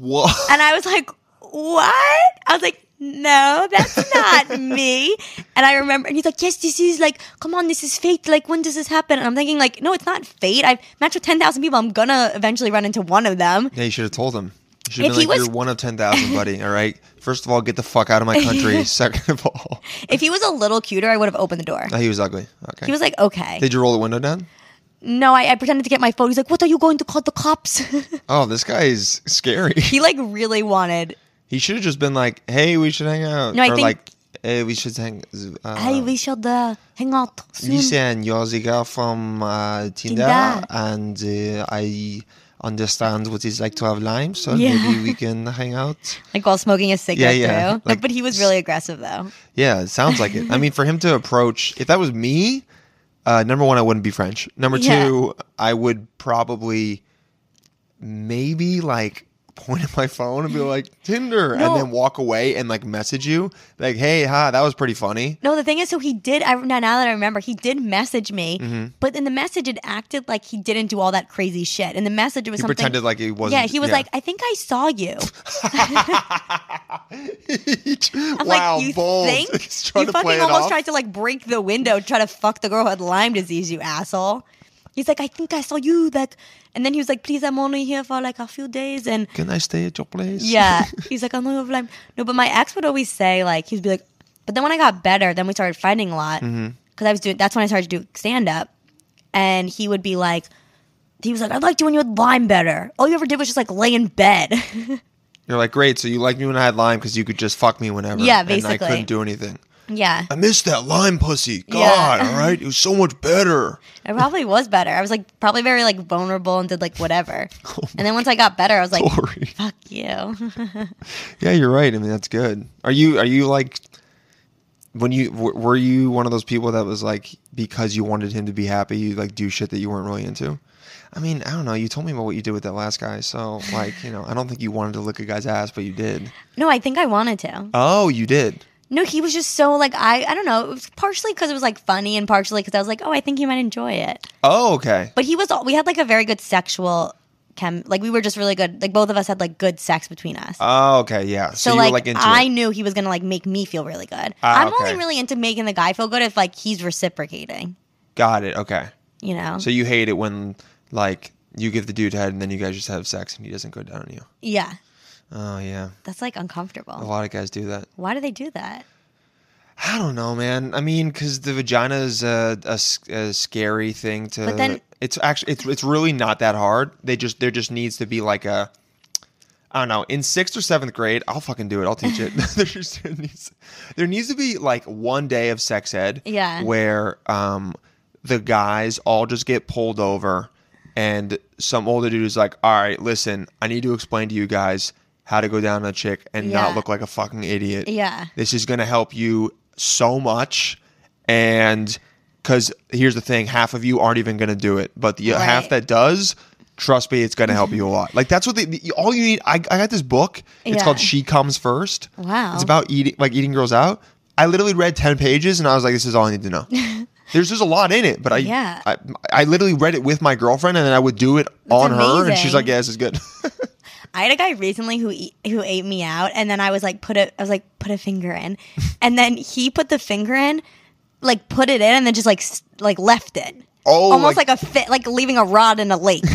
What? And I was like, what? I was like, no, that's not me. And I remember, and he's like, yes, this is like, come on, this is fate. Like, when does this happen? And I'm thinking, like, no, it's not fate. I've matched with 10,000 people. I'm going to eventually run into one of them. Yeah, you should have told him. You should have If been he like, was- you're one of 10,000, buddy, all right? First of all, get the fuck out of my country. Second of all, If he was a little cuter, I would have opened the door. oh, he was ugly. Okay. He was like, okay. Did you roll the window down? No, I, I pretended to get my phone. He's like, what are you going to call the cops? Oh, this guy is scary. he like really wanted, He should have just been like, hey, we should hang out. No, I or think- like, hey, we should hang. Uh, hey, we should uh, hang out soon. Listen, you're the girl from uh, Tinder, Tinder. and uh, I understand what it's like to have Lyme, so Yeah. maybe we can hang out. Like while smoking a cigarette Yeah, yeah. too. Like, Like- but he was really aggressive though. Yeah, it sounds like it. I mean, for him to approach, if that was me, uh, number one, I wouldn't be French. Number Yeah. two, I would probably maybe like point at my phone and be like Tinder, No. and then walk away and like message you, like, "Hey, ha, that was pretty funny." No, the thing is, so he did. I, now, now that I remember, he did message me, Mm-hmm. but in the message, it acted like he didn't do all that crazy shit. In the message, it was He something. pretended like he wasn't. yeah, he was like, "I think I saw you." I'm wow, like, "You bold." think?" He's trying you to play fucking it almost off. tried to like break the window, to try to fuck the girl who had Lyme disease, you asshole. He's like, "I think I saw you," like, and then he was like, "Please, I'm only here for like a few days," and Can I stay at your place? Yeah. He's like, I'm not over Lyme. No, but my ex would always say, like, he'd be like, but then when I got better, then we started fighting a lot. Because I was doing, that's when I started to do stand up. And he would be like, he was like, I liked you when you had Lyme better. All you ever did was just like lay in bed. You're like, great. So you liked me when I had Lyme because you could just fuck me whenever. Yeah, and I basically. couldn't do anything. Yeah. I missed that lime pussy. Yeah. God, all right, it was so much better. It probably was better. I was like probably very like vulnerable and did like whatever. and then once I got better, I was like, Sorry. fuck you. Yeah, you're right. I mean, that's good. Are you are you like when you w- were you one of those people that was like because you wanted him to be happy, you like do shit that you weren't really into? I mean, I don't know. You told me about what you did with that last guy, so like, you know, I don't think you wanted to lick a guy's ass, but you did. no, I think I wanted to. Oh, you did. No, he was just so like I I don't know. It was partially because it was like funny and partially because I was like, oh, I think he might enjoy it. Oh, okay. But he was we had like a very good sexual chem. Like we were just really good. Like both of us had like good sex between us. Oh, okay. Yeah. So, so you like, were like into I it. knew he was gonna like make me feel really good. Ah, I'm only okay. really into making the guy feel good if like he's reciprocating. Got it. Okay. You know. So you hate it when like you give the dude head and then you guys just have sex and he doesn't go down on you. yeah, Oh yeah. that's like A uncomfortable. lot of guys do that. Why do they do that? I don't know, man. I mean, because the vagina is a, a s- a scary thing to. But then- it's actually it's it's really not that hard. They just there just needs to be like a. I don't know. In sixth or seventh grade, I'll fucking do it. I'll teach it. there, just, there needs there needs to be like one day of sex ed, Yeah. where um the guys all just get pulled over, and some older dude is like, "All right, listen, I need to explain to you guys how to go down on a chick and Yeah. not look like a fucking idiot." Yeah. This is going to help you so much. And because here's the thing half of you aren't even going to do it, but the half Right. that does, trust me, it's going to help you a lot. Like, that's what the, the- all you need. I, I got this book. It's Yeah. called She Comes First. Wow. It's about eating, like eating girls out. I literally read 10 pages and I was like, this is all I need to know. There's just a lot in it, but I, Yeah. I I literally read it with my girlfriend and then I would do it on her and she's amazing. like, yeah, this is good. I had a guy recently who e- who ate me out, and then I was like, put a, I was like, put a finger in, and then he put the finger in, like put it in, and then just like s- like left it, Oh, almost like- like, a fit, like leaving a rod in a lake.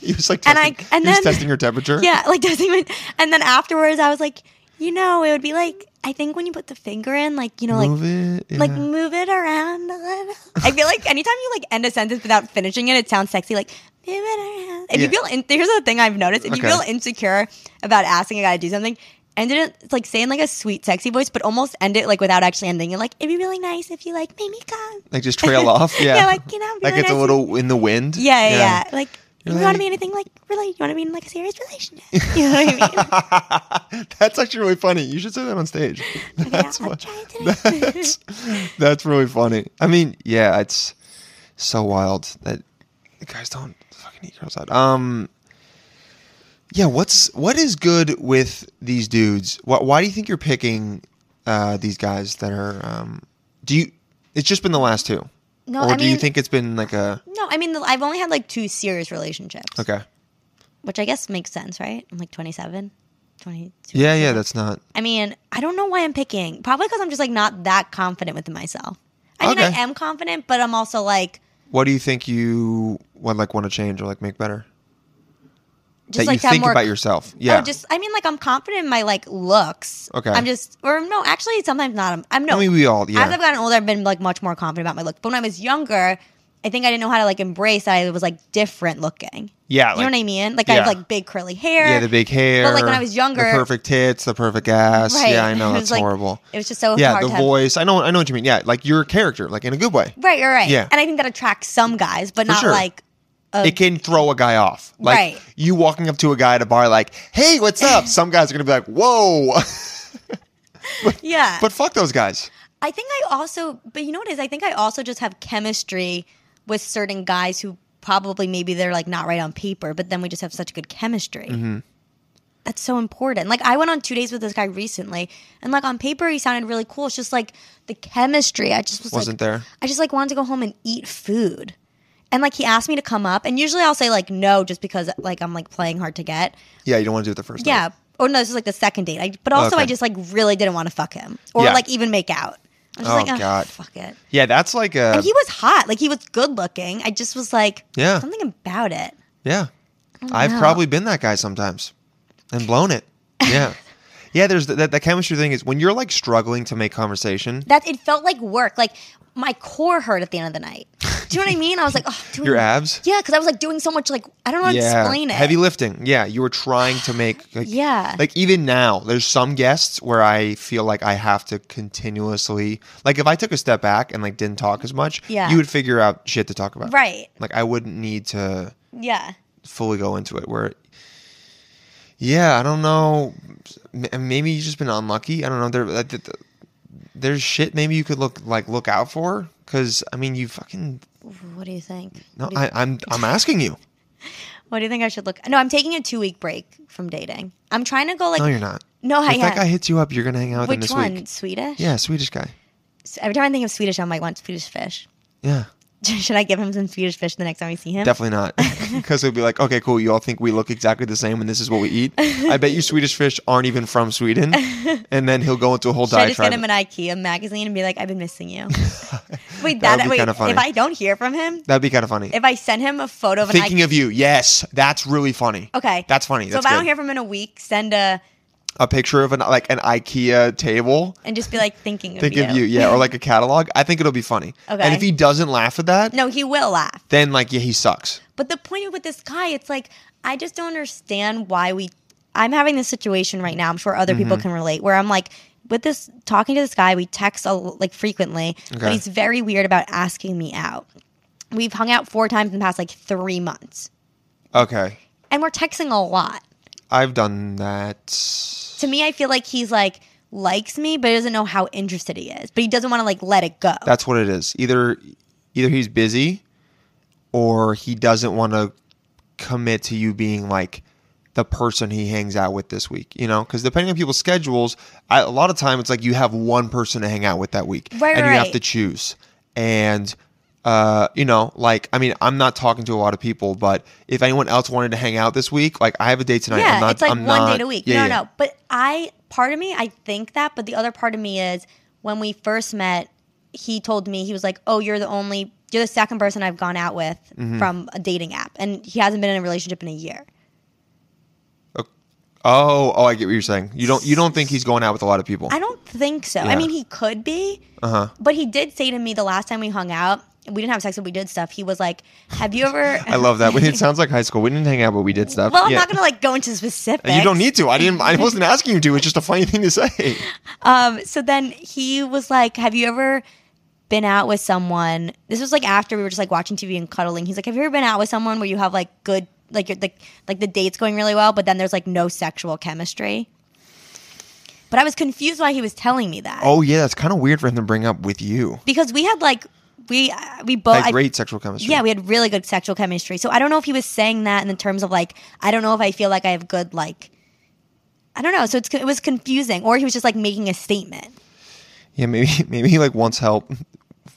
he was like, And I- testing- and he was then- testing her temperature. yeah, like doesn't even. And then afterwards, I was like, you know, it would be like I think when you put the finger in, like you know, Move like. it. Like yeah. move it around a little. I feel like anytime you like end a sentence without finishing it, it sounds sexy. Like move it around. If you Yeah. feel in- here's the thing I've noticed: if you Okay. feel insecure about asking a guy to do something, end it it's like saying like a sweet, sexy voice, but almost end it like without actually ending it. Like it'd be really nice if you like made me come. Like just trail off. Yeah. Yeah, like, you know, be That like, gets a I see- little in the wind. Yeah, yeah. yeah. Like You're you want like- to be anything like really you want to be in like a serious relationship. You know what I mean? That's actually really funny. You should say that on stage. That's I'll fu- try it today. that's, that's really funny. I mean, yeah, it's so wild that the guys don't fucking eat girls out. Um Yeah, what's what is good with these dudes? Why, why do you think you're picking uh these guys that are um do you it's just been the last two? No, or I do you mean- think it's been like a No, I mean the- I've only had like two serious relationships, okay. which I guess makes sense, right? I'm like 27, 22. Yeah, yeah, that's not I mean, I don't know why I'm picking. Probably because I'm just like not that confident with myself. I mean, Okay. I am confident, but I'm also like What do you think you would like want to change or like make better? that just like you to have think more about yourself. Yeah. Oh, just I mean, like I'm confident in my like looks. Okay. I'm just, or no, actually, sometimes not. I'm, I'm no. I mean, we all- yeah. As I've gotten older, I've been like much more confident about my look. But when I was younger, I think I didn't know how to like embrace that I was like different looking. Yeah, You like- know what I mean? Like I have yeah. like big curly hair. yeah, the big hair. But like when I was younger, the perfect tits, the perfect ass. Right. Yeah, I know It was, it's like- horrible. It was just so Yeah, hard the to have- voice. I know, I know what you mean. Yeah, like your character, like in a good way. Right, you're right. Yeah. And I think that attracts some guys, but not sure. like It can throw a guy off. Like Right. you walking up to a guy at a bar, like, "Hey, what's up?" Some guys are gonna be like, "Whoa," yeah. but fuck those guys. I think I also, but you know what it is? I think I also just have chemistry with certain guys who probably maybe they're like not right on paper, but then we just have such good chemistry. Mm-hmm. That's so important. Like I went on two days with this guy recently, and like on paper he sounded really cool. It's just like the chemistry. I just was Wasn't like, there. I just like wanted to go home and eat food. And like he asked me to come up, and usually I'll say like no, just because like I'm like playing hard to get. Yeah, you don't want to do it the first. Yeah. time. Or no, this is like the second date. I, but also, Okay. I just like really didn't want to fuck him or Yeah. like even make out. I was just Oh, like, oh, God. fuck it. Yeah, that's like a. And he was hot. Like he was good looking. I just was like, Yeah. something about it. Yeah. I've know. probably been that guy sometimes and blown it. Yeah. yeah, there's th- that, that chemistry thing is when you're like struggling to make conversation. That it felt like work. Like my core hurt at the end of the night. Do you know what I mean? I was like, oh, doing Your abs? Yeah, because I was like doing so much. Like I don't know how to explain it. Heavy lifting. Yeah, you were trying to make. Like, Yeah. Like even now, there's some guests where I feel like I have to continuously, like if I took a step back and like didn't talk as much, Yeah. you would figure out shit to talk about, Right. Like I wouldn't need to Yeah. fully go into it. Where, yeah, I don't know. M- Maybe you've just been unlucky. I don't know. There, that- that- there's shit. Maybe you could look like look out for. Cause I mean, you fucking What do you think? no. I, I'm I'm asking you. What do you think I should look? No, I'm taking a two week break from dating. I'm trying to go like. No, you're not. No, I If that am. guy hits you up, you're gonna hang out with him Which this one? week. Swedish. Yeah, Swedish guy. So every time I think of Swedish, I'm like, want Swedish fish. Yeah, should I give him some Swedish fish the next time I see him? definitely not. Because it'd be like, okay, cool. You all think we look exactly the same, and this is what we eat. I bet you Swedish fish aren't even from Sweden. And then he'll go into a whole Should I just diatribe. get him an IKEA magazine and be like, I've been missing you? That wait, that, would be wait. kinda funny. If I don't hear from him, That'd be kind of funny. if I send him a photo of an Thinking IKEA, of you, yes, that's really funny. okay, that's funny. So That's if I good. don't hear from him in a week, send a a picture of an like an IKEA table. and just be like thinking of Think you. of you, yeah, or like a catalog. I think it'll be funny. And Okay. if he doesn't laugh at that, No, he will laugh. then like yeah, he sucks. But the point with this guy, it's like I just don't understand why we. I'm having this situation right now. I'm sure other people can relate. Where I'm like with this talking to this guy, we text a, like frequently, Okay. but he's very weird about asking me out. We've hung out four times in the past like three months, Okay, and we're texting a lot. I've done that. To me, I feel like he's like likes me, but he doesn't know how interested he is. But he doesn't want to like let it go. That's what it is. Either either he's busy or he doesn't want to commit to you being like the person he hangs out with this week, you know? Because depending on people's schedules, I, a lot of time it's like you have one person to hang out with that week, Right, and you have right. to choose. And uh, you know, like I mean, I'm not talking to a lot of people, but if anyone else wanted to hang out this week, like I have a date tonight. Yeah, I'm not, it's like I'm one not- date a week. Yeah, no, yeah. no. But I, part of me, I think that, but the other part of me is when we first met, he told me he was like, "Oh, you're the only, you're the second person I've gone out with Mm-hmm. from a dating app, and he hasn't been in a relationship in a year." Oh, oh, I get what you're saying. You don't, you don't think he's going out with a lot of people? I don't think so. Yeah. I mean, he could be, Uh huh. but he did say to me the last time we hung out, we didn't have sex, but we did stuff. He was like, "Have you ever?" I love that. It sounds like high school. We didn't hang out, but we did stuff. Well, I'm Yeah. not gonna like go into specifics. You don't need to. I didn't. I wasn't asking you to. It's just a funny thing to say. Um, so then he was like, Have you ever been out with someone? This was like after we were just like watching TV and cuddling. He's like, Have you ever been out with someone where you have like good, like, you're, like, like the date's going really well, but then there's like no sexual chemistry? But I was confused why he was telling me that. Oh yeah, that's kind of weird for him to bring up with you. Because we had like, we, uh, we both, Like I- great sexual chemistry. yeah, we had really good sexual chemistry. So I don't know if he was saying that in the terms of like, I don't know if I feel like I have good, like, I don't know. So it's, it was confusing. Or he was just like making a statement. yeah. Maybe maybe he like wants help.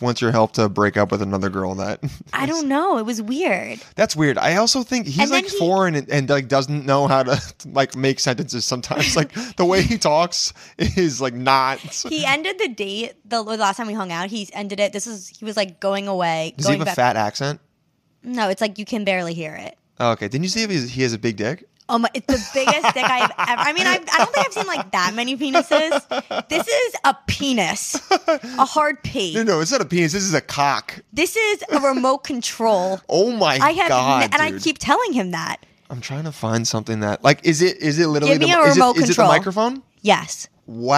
Wants your help to break up with another girl. That I don't know. It was weird. that's weird. I also think he's And then like he- foreign and, and like doesn't know how to like make sentences. Sometimes like the way he talks is like not. he ended the date the, the last time we hung out. He ended it. This is he was like going away. Does he going have a back- fat accent? No, it's like you can barely hear it. Oh, okay. Didn't you say he has- he has a big dick? Oh my! It's the biggest dick I've ever. I mean, I've, I don't think I've seen like that many penises. This is a penis, a hard P. No, no, it's not a penis. This is a cock. This is a remote control. Oh my I have, god! n- and I dude. keep telling him that. I'm trying to find something that like is it is it literally Give me the, a is, it- remote is it the control. microphone? Yes. Wow.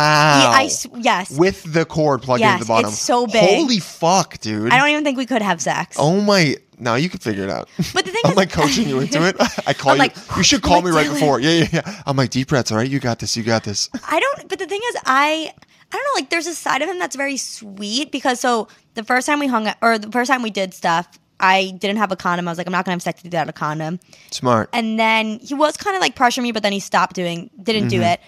Yeah, I s- yes. With the cord plugged Yes, into the bottom. it's so big. Holy fuck, dude. I don't even think we could have sex. Oh my now you can figure it out. But the thing I'm is- like coaching you into it. I call I'm you like, you should I'm call like, me right "Dylan." before. Yeah, yeah, yeah. I'm like deep breaths, all right? You got this, you got this. I don't. But the thing is, I I don't know. Like, there's a side of him that's very sweet because so the first time we hung out, or the first time we did stuff, I didn't have a condom. I was like, I'm not gonna have sex without a condom. Smart. And then he was kind of like pressuring me, but then he stopped doing, didn't do it.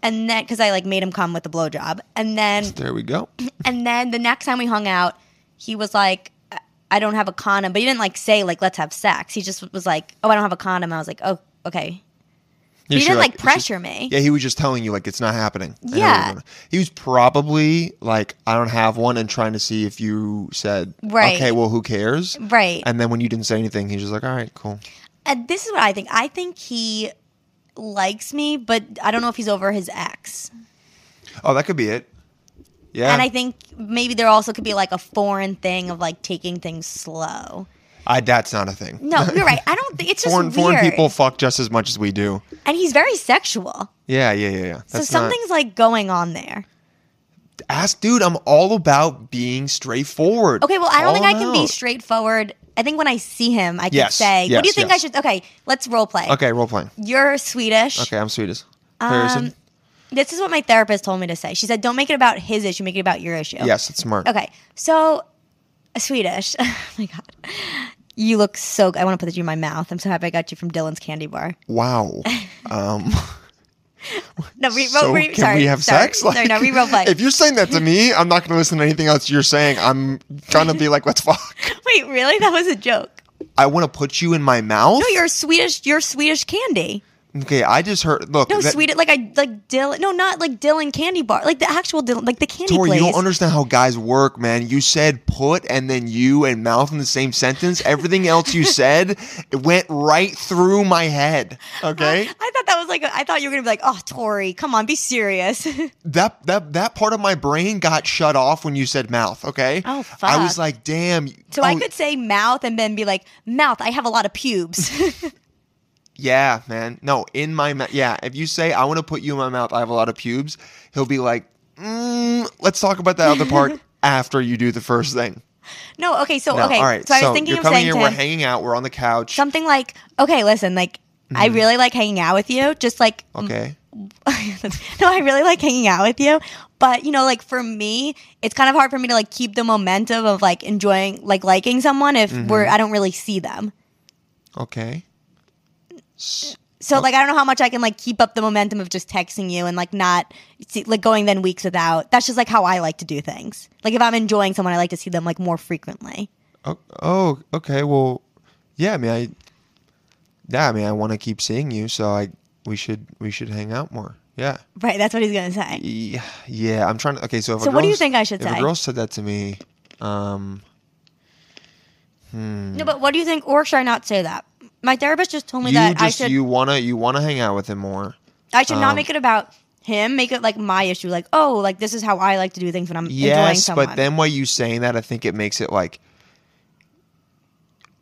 And then because I like made him come with the blowjob, and then there we go. and then the next time we hung out, he was like. "I- I don't have a condom, but he didn't like say like let's have sex. He just was like, "Oh, I don't have a condom." I was like, "Oh, okay." You he should, didn't like it's just- pressure me. Yeah, he was just telling you like it's not happening. I know what Yeah. you're doing. He was probably like, I don't have one and trying to see if you said Right. okay, well who cares? Right. And then when you didn't say anything, he's just like, All right, cool. And Uh, this is what I think. I think he likes me, but I don't know if he's over his ex. Oh, that could be it. Yeah. And I think maybe there also could be like a foreign thing of like taking things slow. I, that's not a thing. No, you're right. I don't think it's just foreign weird. foreign people fuck just as much as we do. and he's very sexual. Yeah, yeah, yeah, yeah. So That's not- something's like going on there. ask, dude. I'm all about being straightforward. Okay, well, I don't All think I can be out. straightforward. I think when I see him, I can Oh. Yes, say, "What yes, do you think yes. I should?" Okay, let's role play. Okay, role playing. You're Swedish. Okay, I'm Swedish. Um, Harrison. this is what my therapist told me to say. She said, "Don't make it about his issue. Make it about your issue." yes, it's smart. oh. Okay, so Swedish. oh my god, you look so. good. I want to put you in my mouth. I'm so happy I got you from Dylan's candy bar. Wow. Um, No, re- so re- can sorry, we have sorry, sex? sorry, no, re- role play. If you're saying that to me, I'm not going to listen to anything else you're saying. I'm going to be like, let's fuck. Wait, really? That was a joke. I want to put you in my mouth. No, you're Swedish. You're Swedish candy. okay. I just heard. Look, No, that- Swedish. Like I like Dylan. No, not like Dylan candy bar. Like the actual Dylan. Like the candy Tori, place. you don't understand how guys work, man. You said put and then you and mouth in the same sentence. Everything else you said it went right through my head. Okay, I thought that was like. A, I thought you were gonna be like, oh, Tori, come on, be serious. that that that part of my brain got shut off when you said mouth. Okay, Oh, I was fuck. like, damn. so I oh, could say mouth and then be like, mouth. I have a lot of pubes. Yeah, man. No, in my mouth. yeah. If you say I want to put you in my mouth, I have a lot of pubes. He'll be like, mm, let's talk about that other part after you do the first thing. no, okay. So No, okay. all right. So I was thinking you're of coming saying here. to We're him- hanging out. We're on the couch. something like, okay, listen, like I really like hanging out with you. Just like, Mm-hmm. okay. no, I really like hanging out with you. But you know, like for me, it's kind of hard for me to like keep the momentum of like enjoying, like liking someone if Mm-hmm. we're I don't really see them. Okay. So like I don't know how much I can like keep up the momentum of just texting you and like not see, like going then weeks without. That's just like how I like to do things. Like if I'm enjoying someone, I like to see them like more frequently. Oh, oh, okay. Well, yeah. I mean, I, yeah. I mean, I want to keep seeing you, so I we should we should hang out more. Yeah. Right, that's what he's gonna say. Yeah. yeah I'm trying to. Okay. So, if So a what do you girl's- think I should if say? a girl said that to me, um, No, but what do you think? Or should I not say that? My therapist just told me Mm-hmm. you that just I should you wanna you wanna hang out with him more. I should Um, not make it about him. Make it like my issue. Like, oh, like this is how I like to do things when I'm enjoying Yes, someone. but then by you saying that, I think it makes it like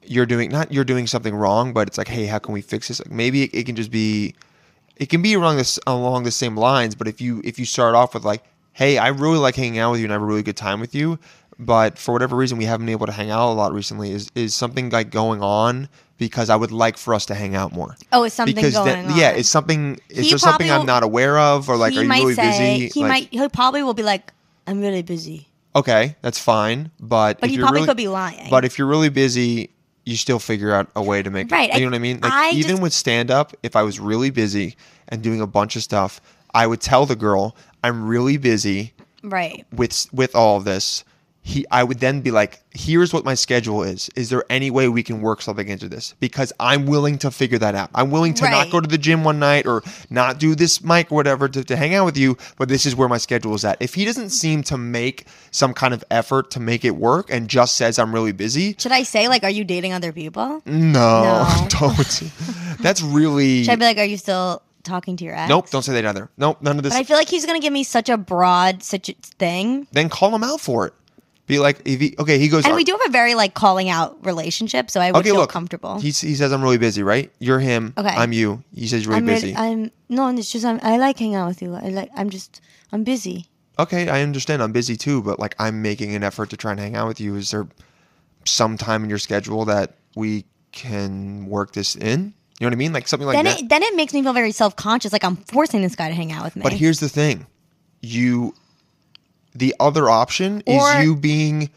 you're doing not you're doing something wrong, but it's like, hey, how can we fix this? Like maybe it, it can just be, it can be along this along the same lines. But if you if you start off with like, hey, I really like hanging out with you and I have a really good time with you, but for whatever reason we haven't been able to hang out a lot recently. Is is something like going on? Because I would like for us to hang out more. oh, it's something because going then, on. yeah, it's something. Is He there something probably I'm will- not aware of, or like, he are you might really say busy? he Like- might. He probably will be like, I'm really busy. Okay, that's fine, but But if he you're probably really, could be lying. But if you're really busy, you still figure out a way to make Right, It, you I- know what I mean? Like I even just- with stand up, if I was really busy and doing a bunch of stuff, I would tell the girl I'm really busy Right. with with all of this. He, I would then be like, "Here's what my schedule is. Is there any way we can work something into this? Because I'm willing to figure that out. I'm willing to not Right. go to the gym one night or not do this mic or whatever to, to hang out with you. But this is where my schedule is at. If he doesn't seem to make some kind of effort to make it work and just says I'm really busy, Should I say like, are you dating other people? Mm. no, No. don't. That's really Should I be like, are you still talking to your ex? nope. Don't say that either. Nope, none of this. But I feel like he's gonna give me such a broad such a thing. then call him out for it. Be like, if he, okay, he goes. And we do have a very like calling out relationship, so I would okay, feel look, comfortable. He, s- he says I'm really busy, right? You're him. Okay. I'm you. He says you're really I'm busy. really, I'm no, it's just I'm, I like hanging out with you. I like I'm just I'm busy. okay, I understand. I'm busy too, but like I'm making an effort to try and hang out with you. Is there some time in your schedule that we can work this in? You know what I mean? Like something like then that. it then it makes me feel very self conscious, like I'm forcing this guy to hang out with me. but here's the thing, you. The other option Or- is you being,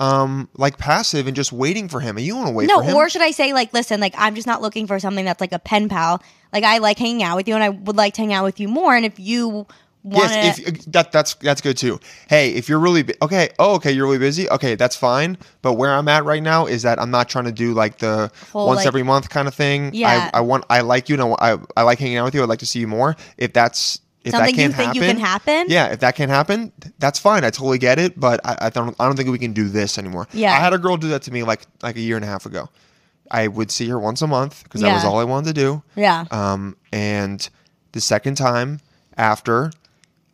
um, like passive and just waiting for him, and you don't want to wait for no, him. or should I say like, listen, like I'm just not looking for something that's like a pen pal. Like I like hanging out with you, and I would like to hang out with you more. And if you want to, Yes, if uh, that that's that's good too. Hey, if you're really bu- okay, oh okay, you're really busy. Okay, that's fine. But where I'm at right now is that I'm not trying to do like the Whole, once like- every month kind of thing. Yeah. I, I want I like you and I, wa- I I like hanging out with you. I'd like to see you more. If that's if Something that you can't think happen, you can happen? Yeah, if that can't happen, th- that's fine. I totally get it. But I, I don't I don't think we can do this anymore. Yeah. I had a girl do that to me like like a year and a half ago. I would see her once a month because that was Yeah. all I wanted to do. yeah, Um, and the second time after,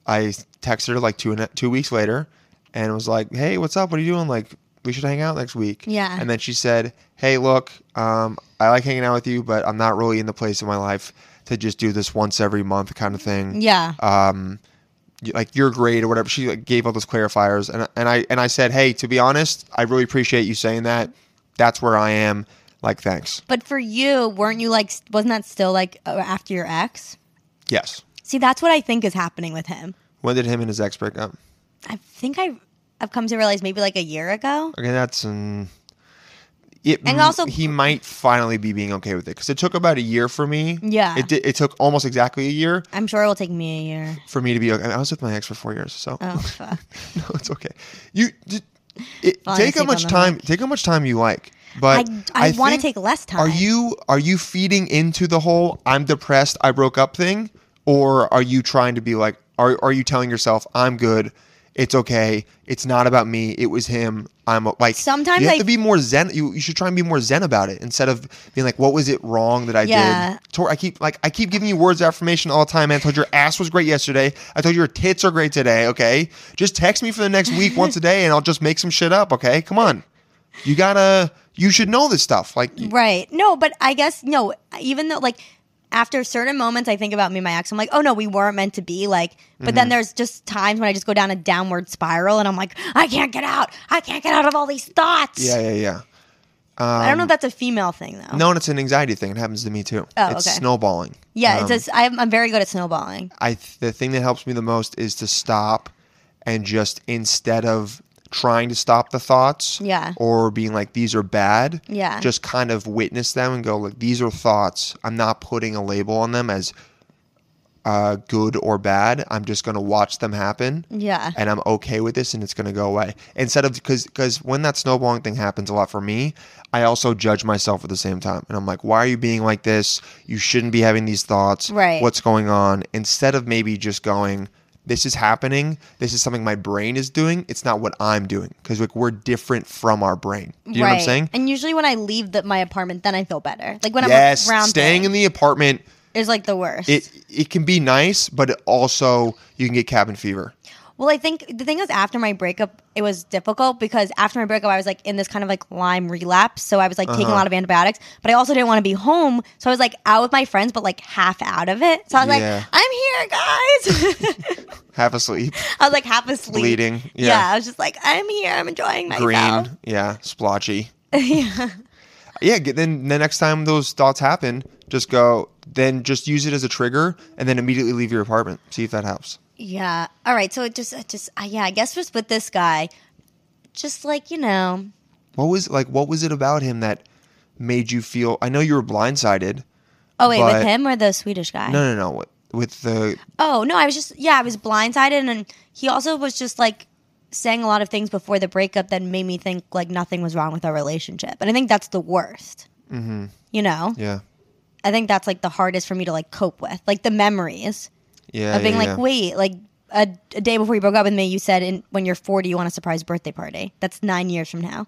I texted her like two and a- two weeks later, and was like, "Hey, what's up? What are you doing? Like, we should hang out next week." Yeah. And then she said, "Hey, look, um, I like hanging out with you, but I'm not really in the place in my life to just do this once every month kind of thing." Yeah. um, y- like your grade or whatever. She like gave all those clarifiers, and and I and I said, hey, to be honest, I really appreciate you saying that. That's where I am. Like, thanks. but for you, weren't you like, wasn't that still like uh, after your ex? Yes. See, that's what I think is happening with him. When did him and his ex break up? I think I've, I've come to realize maybe like a year ago. Okay, that's um, it, And also- he might finally be being okay with it because it took about a year for me. Yeah. It did, it took almost exactly a year I'm sure it will take me a year. for me to be okay. I was with my ex for four years, so Oh, fuck. no, it's okay. You d- it, Falling take how asleep much on the time. Take how much time you like. But I- I wanna think- take less time. Are you are you feeding into the whole "I'm depressed, I broke up" thing, or are you trying to be like? Are are you telling yourself I'm good? It's okay. It's not about me. It was him. I'm a- like Sometimes you have I- to be more zen. You, you should try and be more zen about it instead of being like, "What was it wrong that I Yeah. did?" Tor, I keep like I keep giving you words of affirmation all the time. Man, I told you your ass was great yesterday. I told you your tits are great today. Okay, just text me for the next week once a day, and I'll just make some shit up. Okay, come on, you gotta. You should know this stuff. Like, y- Right. No, but I guess no, even though like after certain moments I think about me and my ex, I'm like, oh no, we weren't meant to be like but Mm-hmm. then there's just times when I just go down a downward spiral and I'm like, I can't get out. I can't get out of all these thoughts. yeah, yeah, yeah. I don't know if that's a female thing though. No, and it's an anxiety thing. It happens to me too. Oh, it's okay. snowballing. Yeah, Um, it's just I'm, I'm very good at snowballing. I th- the thing that helps me the most is to stop and just instead of trying to stop the thoughts Yeah. or being like these are bad Yeah. just kind of witness them and go like these are thoughts i'm not putting a label on them as uh, good or bad i'm just going to watch them happen Yeah. and i'm okay with this and it's going to go away instead of because because when that snowballing thing happens a lot for me i also judge myself at the same time and i'm like why are you being like this you shouldn't be having these thoughts Right. what's going on instead of maybe just going this is happening this is something my brain is doing it's not what i'm doing because like we're different from our brain do you know what i'm saying And usually when I leave the, my apartment, then I feel better. Like when yes I'm around staying in the apartment is like the worst. it it can be nice but it also you can get cabin fever Well, I think the thing is, after my breakup, it was difficult because after my breakup, I was like in this kind of like Lyme relapse. So I was like taking Uh-huh. a lot of antibiotics, but I also didn't want to be home. So I was like out with my friends, but like half out of it. So I was Yeah. like, I'm here, guys. half asleep I was like half asleep. Bleeding, yeah. I was just like, I'm here. I'm enjoying green myself. yeah splotchy yeah get- then the next time those thoughts happen just go then just use it as a trigger and then immediately leave your apartment see if that helps Yeah. All right. So it just, it just, uh, yeah, I guess just with this guy, just like, you know, What was like? What was it about him that made you feel? I know you were blindsided. oh, wait, But- with him or the Swedish guy? No, no, no. With, with the Oh no, I was just yeah, I was blindsided, and he also was just like saying a lot of things before the breakup that made me think like nothing was wrong with our relationship, and I think that's the worst. Mm-hmm. You know, yeah, I think that's like the hardest for me to like cope with, like the memories yeah. of being yeah, like, yeah. wait, like a, a day before you broke up with me, you said in, when you're 40, you want a surprise birthday party. That's nine years from now.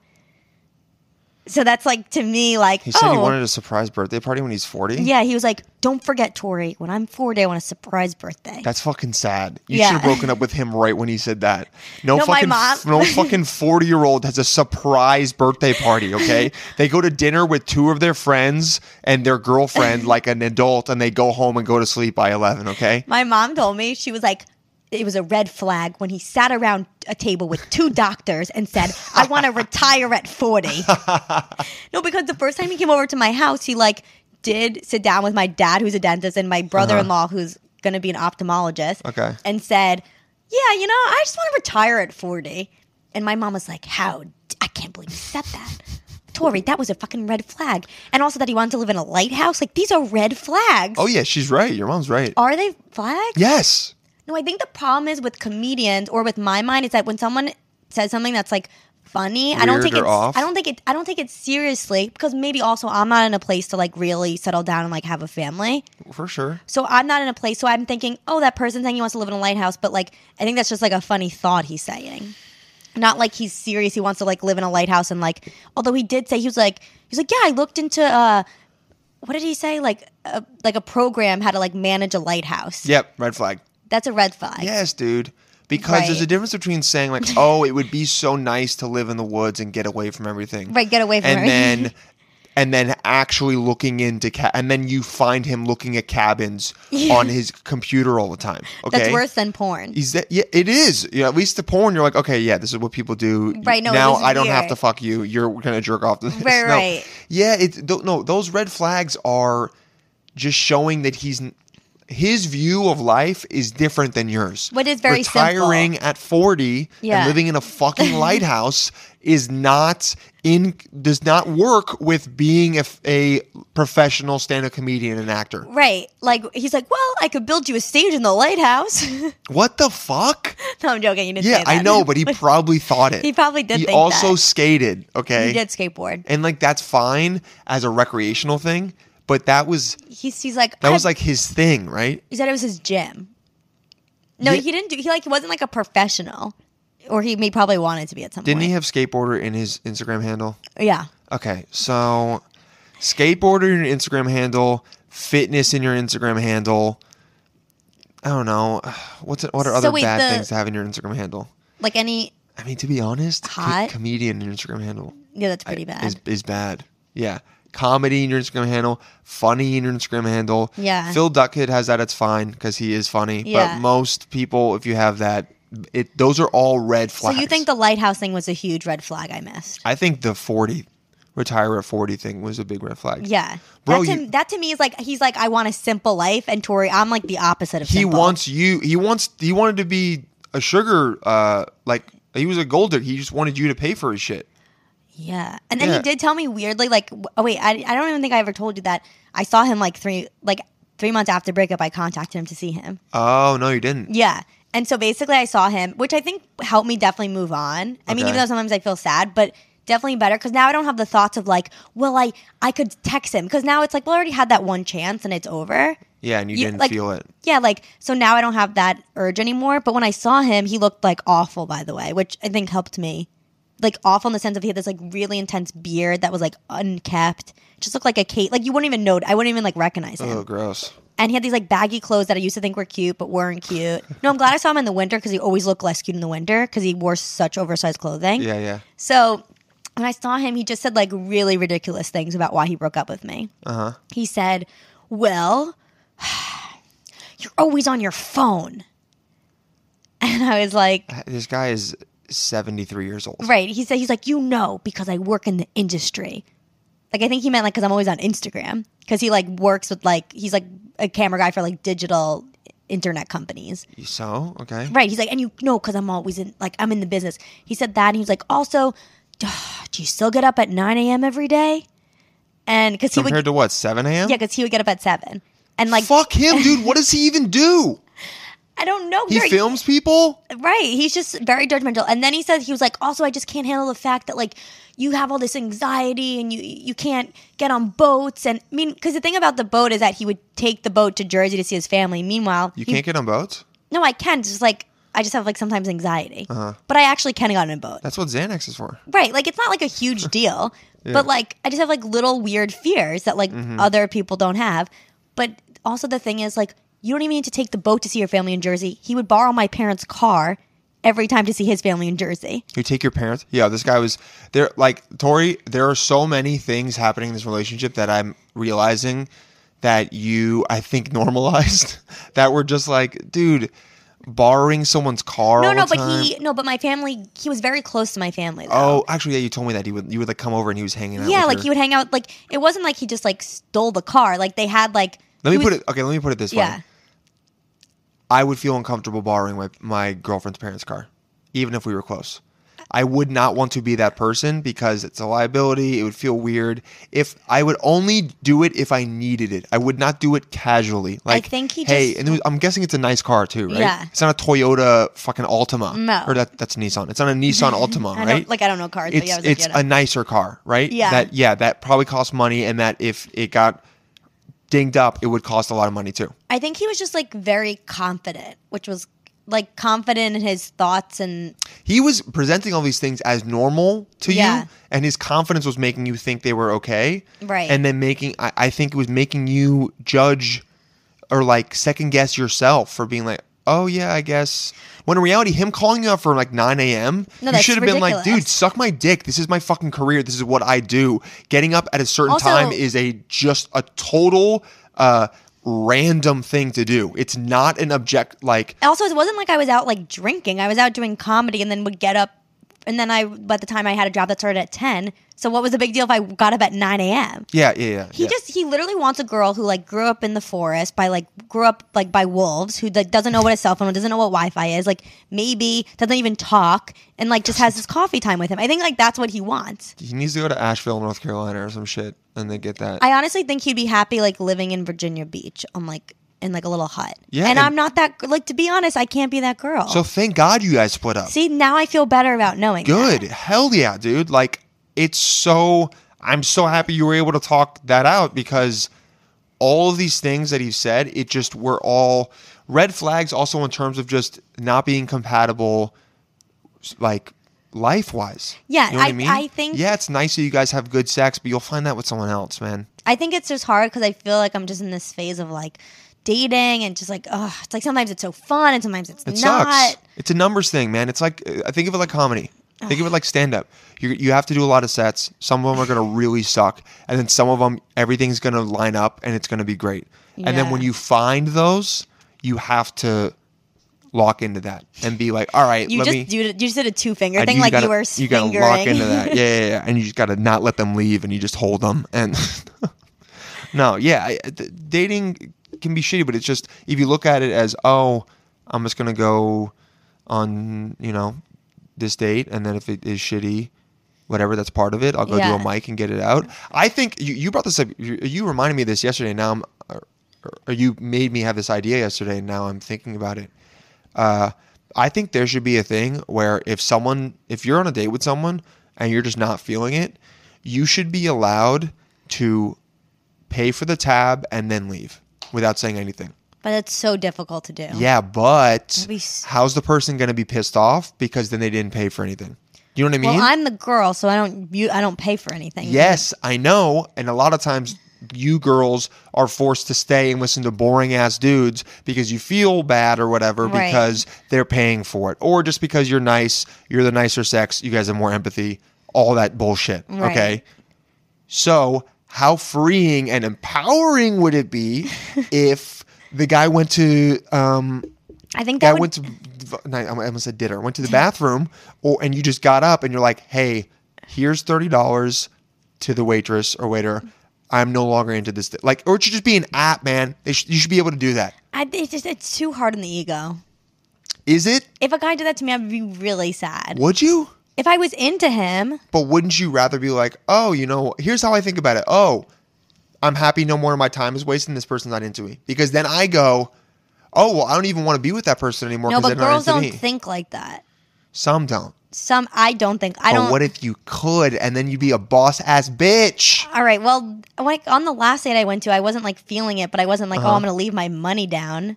So that's like to me, like He said oh. he wanted a surprise birthday party when he's forty. yeah, he was like, "Don't forget, Tori. When I'm 40, I want a surprise birthday." That's fucking sad. You Yeah. should have broken up with him right when he said that. No, No, my fucking mom- no fucking 40-year-old has a surprise birthday party, okay? they go to dinner with two of their friends and their girlfriend like an adult and they go home and go to sleep by 11, okay? My mom told me she was like, it was a red flag when he sat around a table with two doctors and said, "I want to retire at 40." no, because the first time he came over to my house, he like did sit down with my dad, who's a dentist, and my brother-in-law, who's going to be an ophthalmologist. Uh-huh. Okay. and said, "Yeah, you know, I just want to retire at 40." And my mom was like, "How? d- I can't believe you said that." Tori, that was a fucking red flag. And also that he wanted to live in a lighthouse. Like, these are red flags. Oh yeah, she's right. Your mom's right. Are they flags? yes. No, I think the problem is with comedians or with my mind is that when someone says something that's like funny, I don't Weird take or it off? I don't think it I don't take it seriously because maybe also I'm not in a place to like really settle down and like have a family. For sure. So I'm not in a place so I'm thinking, "Oh, that person's saying he wants to live in a lighthouse," but like I think that's just like a funny thought he's saying. Not like he's serious. He wants to like live in a lighthouse and like although he did say he was like he's like, "Yeah, I looked into uh what did he say? Like a, like a program how to like manage a lighthouse." Yep, red flag. That's a red flag. Yes, dude. Because there's a Right. difference between saying like, "Oh, it would be so nice to live in the woods and get away from everything," Right, get away from and everything. then, and then actually looking into ca- and then you find him looking at cabins on his computer all the time. Okay, That's worse than porn. Is that yeah? It is. Yeah, at least the porn, you're like, okay, yeah, this is what people do. Right, no, now this is I don't have weird. to fuck you. You're gonna jerk off to this. Right, No. right. Yeah. It th- no. Those red flags are just showing that he's n- his view of life is different than yours. What is very simple. retiring at forty Yeah. and living in a fucking lighthouse is not in does not work with being a, f- a professional stand-up comedian and actor. Right. Like he's like, well, I could build you a stage in the lighthouse. no, What the fuck? I'm joking. You didn't Yeah, say that. I know, but he probably thought it. He probably did He think also that. skated. Okay, he did skateboard. and like that's fine as a recreational thing, but that was He's he's like that was "I'm-" like his thing, right? he said it was his gym. No, Yeah. he didn't do. He like he wasn't like a professional, or he may probably wanted to be at some Didn't he point. have skateboarder in his Instagram handle? he? Yeah. Okay, so skateboarder in your Instagram handle, fitness in your Instagram handle. I don't know. What's it, what are So other wait, bad the- things to have in your Instagram handle? Like any. I mean, to be honest, co- Hot? comedian in your Instagram handle. Yeah, that's pretty bad. Is, is bad. Yeah. Comedy in your Instagram handle, funny in your Instagram handle. Yeah. Phil Duckhead has that. It's fine because he is funny. Yeah. But most people, if you have that, it those are all red so flags. you think the lighthouse thing was a huge red flag I missed? I think the forty retire at forty thing was a big red flag. Yeah. Bro, that, to, you- that to me is like he's like I want a simple life, and Tori, I'm like the opposite of He simple. wants you. He wants. He wanted to be a sugar. Uh, like he was a gold digger. He just wanted you to pay for his shit. Yeah. And then Yeah. he did tell me weirdly, like, w- oh, wait, I, I don't even think I ever told you that I saw him like three, like three months after breakup, I contacted him to see him. Oh no, you didn't. Yeah. And so basically I saw him, which I think helped me definitely move on. I mean, Okay. even though sometimes I feel sad, but definitely better because now I don't have the thoughts of like, well, I, I could text him because now it's like, well, I already had that one chance and it's over. Yeah, and you Yeah, didn't like- feel it. Yeah, like so now I don't have that urge anymore. But when I saw him, he looked like awful, by the way, which I think helped me. Like awful in the sense of he had this like really intense beard that was like unkept. Just looked like a Kate. Like you wouldn't even know. I wouldn't even like recognize him. Oh, gross. And he had these like baggy clothes that I used to think were cute but weren't cute. no, I'm glad I saw him in the winter because he always looked less cute in the winter because he wore such oversized clothing. Yeah, yeah. So when I saw him, he just said like really ridiculous things about why he broke up with me. Uh-huh. He said, Well, you're always on your phone. And I was like, This guy is seventy three years old. Right. He said, He's like, You know, because I work in the industry. Like, I think he meant like, because I'm always on Instagram. Because he like works with like, he's like a camera guy for like digital internet companies. So okay. Right. He's like, and you know, because I'm always in, like, I'm in the business. He said that. And he was like, also, do you still get up at 9 a.m. every day? And because he Compared would, to what seven a.m. yeah, because he would get up at 7. And like, Fuck him, dude. What does he even do? I don't know. He Gary. films people. Right. He's just very judgmental. And then he says, he was like, also, I just can't handle the fact that, like, you have all this anxiety and you you can't get on boats. And I mean, because the thing about the boat is that he would take the boat to Jersey to see his family. Meanwhile, You he- can't get on boats. no, I can. Just like, I just have like sometimes anxiety. Uh-huh. But I actually can get on a boat. That's what Xanax is for. Right. Like it's not like a huge deal, but like I just have like little weird fears that like Mm-hmm. other people don't have. But also the thing is like you don't even need to take the boat to see your family in Jersey. He would borrow my parents' car every time to see his family in Jersey. You take your parents. Yeah, this guy was there. Like Tori, there are so many things happening in this relationship that I'm realizing that you, I think, normalized that were just like, dude, borrowing someone's car. No, all no, the but he time. no, but my family. He was very close to my family. Oh, Though. actually, yeah, you told me that he would. You would like come over and he was hanging out. yeah, with like her. he would hang out. Like it wasn't like he just like stole the car. Like they had like. Let me he put was- it. Okay, let me put it this Yeah. way. I would feel uncomfortable borrowing my, my girlfriend's parents' car, even if we were close. I would not want to be that person because it's a liability. It would feel weird. If I would only do it if I needed it, I would not do it casually. Like, think he hey, just- and it was- I'm guessing it's a nice car too, right? Yeah. It's not a Toyota fucking Altima. No. or that, that's Nissan. It's not a Nissan Altima, I right? don't, like I don't know cars. but it's yeah, I was like, it's yeah, no. a nicer car, right? Yeah. That yeah, that probably costs money, and that if it got dinged up, it would cost a lot of money too. I think he was just like very confident, which was like confident in his thoughts and He was presenting all these things as normal to Yeah. you, and his confidence was making you think they were okay, Right. And then making I, I think it was making you judge or like second guess yourself for being like, oh yeah, I guess. When in reality, him calling you up for like 9 a.m., No, you that's should have been like, ridiculous. dude, suck my dick. This is my fucking career. This is what I do. Getting up at a certain Also- time is a just a total uh, random thing to do. It's not an object like also it wasn't like I was out like drinking. I was out doing comedy and then would get up and then I by the time I had a job that started at ten. So what was the big deal if I got up at nine AM? yeah, yeah, yeah. He yeah. just he literally wants a girl who like grew up in the forest by like grew up like by wolves who like doesn't know what a cell phone doesn't know what Wi-Fi is like maybe doesn't even talk and like just has his coffee time with him. I think like that's what he wants. he needs to go to Asheville, North Carolina or some shit and they get that. I honestly think he'd be happy like living in Virginia Beach on like in like a little hut. Yeah, and- and, I'm not that like to be honest. I can't be that girl. so thank God you guys split up. See now I feel better about knowing. that. good. Hell yeah, dude. Like it's so I'm so happy you were able to talk that out because all of these things that he said, it just were all red flags also in terms of just not being compatible like life wise. Yeah, you know what I, I- mean? I think- Yeah, it's nice that you guys have good sex, but you'll find that with someone else, man. I think it's just hard because I feel like I'm just in this phase of like dating and just like, oh, it's like sometimes it's so fun and sometimes it's It not. sucks. It's a numbers thing, man. It's like I think of it like comedy. Think of it like stand up. You you have to do a lot of sets. Some of them are going to really suck, and then some of them everything's going to line up and it's going to be great. And then Yeah. when you find those, you have to lock into that and be like, all right, You let just me. do you just did a two finger I- thing, like gotta, you were you gotta fingering. lock into that, yeah, yeah, yeah. and you just gotta not let them leave, and you just hold them. And no, yeah, I, th- dating can be shitty, but it's just if you look at it as, oh, I'm just gonna go on, you know, this date, and then if it is shitty, whatever, that's part of it. I'll go do Yeah. a mic and get it out. I think you, you brought this up. You, you reminded me of this yesterday. Now I'm, or, or you made me have this idea yesterday. And now I'm thinking about it. Uh, I think there should be a thing where if someone, if you're on a date with someone and you're just not feeling it, you should be allowed to pay for the tab and then leave without saying anything. but it's so difficult to do. Oh. Yeah, but be s- how's the person going to be pissed off because then they didn't pay for anything? You know what I mean? Well, I'm the girl, so I don't you, I don't pay for anything. Yes, I know. And a lot of times you girls are forced to stay and listen to boring ass dudes because you feel bad or whatever Right. because they're paying for it. Or just because you're nice, you're the nicer sex, you guys have more empathy, all that bullshit. Right. Okay. So, how freeing and empowering would it be if the guy went to um, I think guy that would, went to no, I almost said dinner. Went to the bathroom, or and you just got up and you're like, "Hey, here's thirty dollars to the waitress or waiter. I'm no longer into this." Th-. Like, or it should just be an app, man. They sh- you should be able to do that. I, it's just it's too hard on the ego. Is it? If a guy did that to me, I'd be really sad. Would you? If I was into him, But wouldn't you rather be like, "Oh, you know, here's how I think about it. Oh, I'm happy no more of my time is wasted. and This person's not into me." Because then I go, "Oh, well, I don't even want to be with that person anymore." no, 'cause but they're not girls into me." don't think like that. Some don't. Some I don't think I But don't. what if you could, and then you'd be a boss ass bitch? All right. Well, like on the last date I went to, I wasn't like feeling it, but I wasn't like, Uh-huh. oh, I'm gonna leave my money down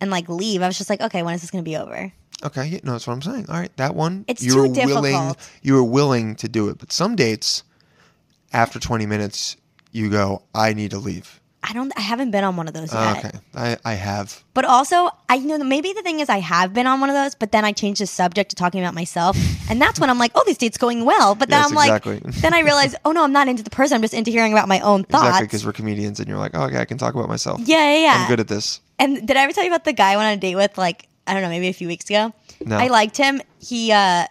and like leave. I was just like, okay, when is this gonna be over? Okay, yeah, no, that's what I'm saying. All right, that one. It's you were too difficult. Willing, you were willing to do it, but some dates, after 20 minutes, you go, I need to leave. I don't. I haven't been on one of those yet. Ah, Okay, I, I have. But also, I you know maybe the thing is I have been on one of those, but then I changed the subject to talking about myself, and that's when I'm like, oh, this date's going well. But then Yes, I'm like, exactly. then I realize, oh no, I'm not into the person. I'm just into hearing about my own thoughts. Exactly, because we're comedians, and you're like, oh, okay, I can talk about myself. yeah, yeah, yeah. I'm good at this. And did I ever tell you about the guy I went on a date with? Like I don't know, maybe a few weeks ago. No. I liked him. He uh,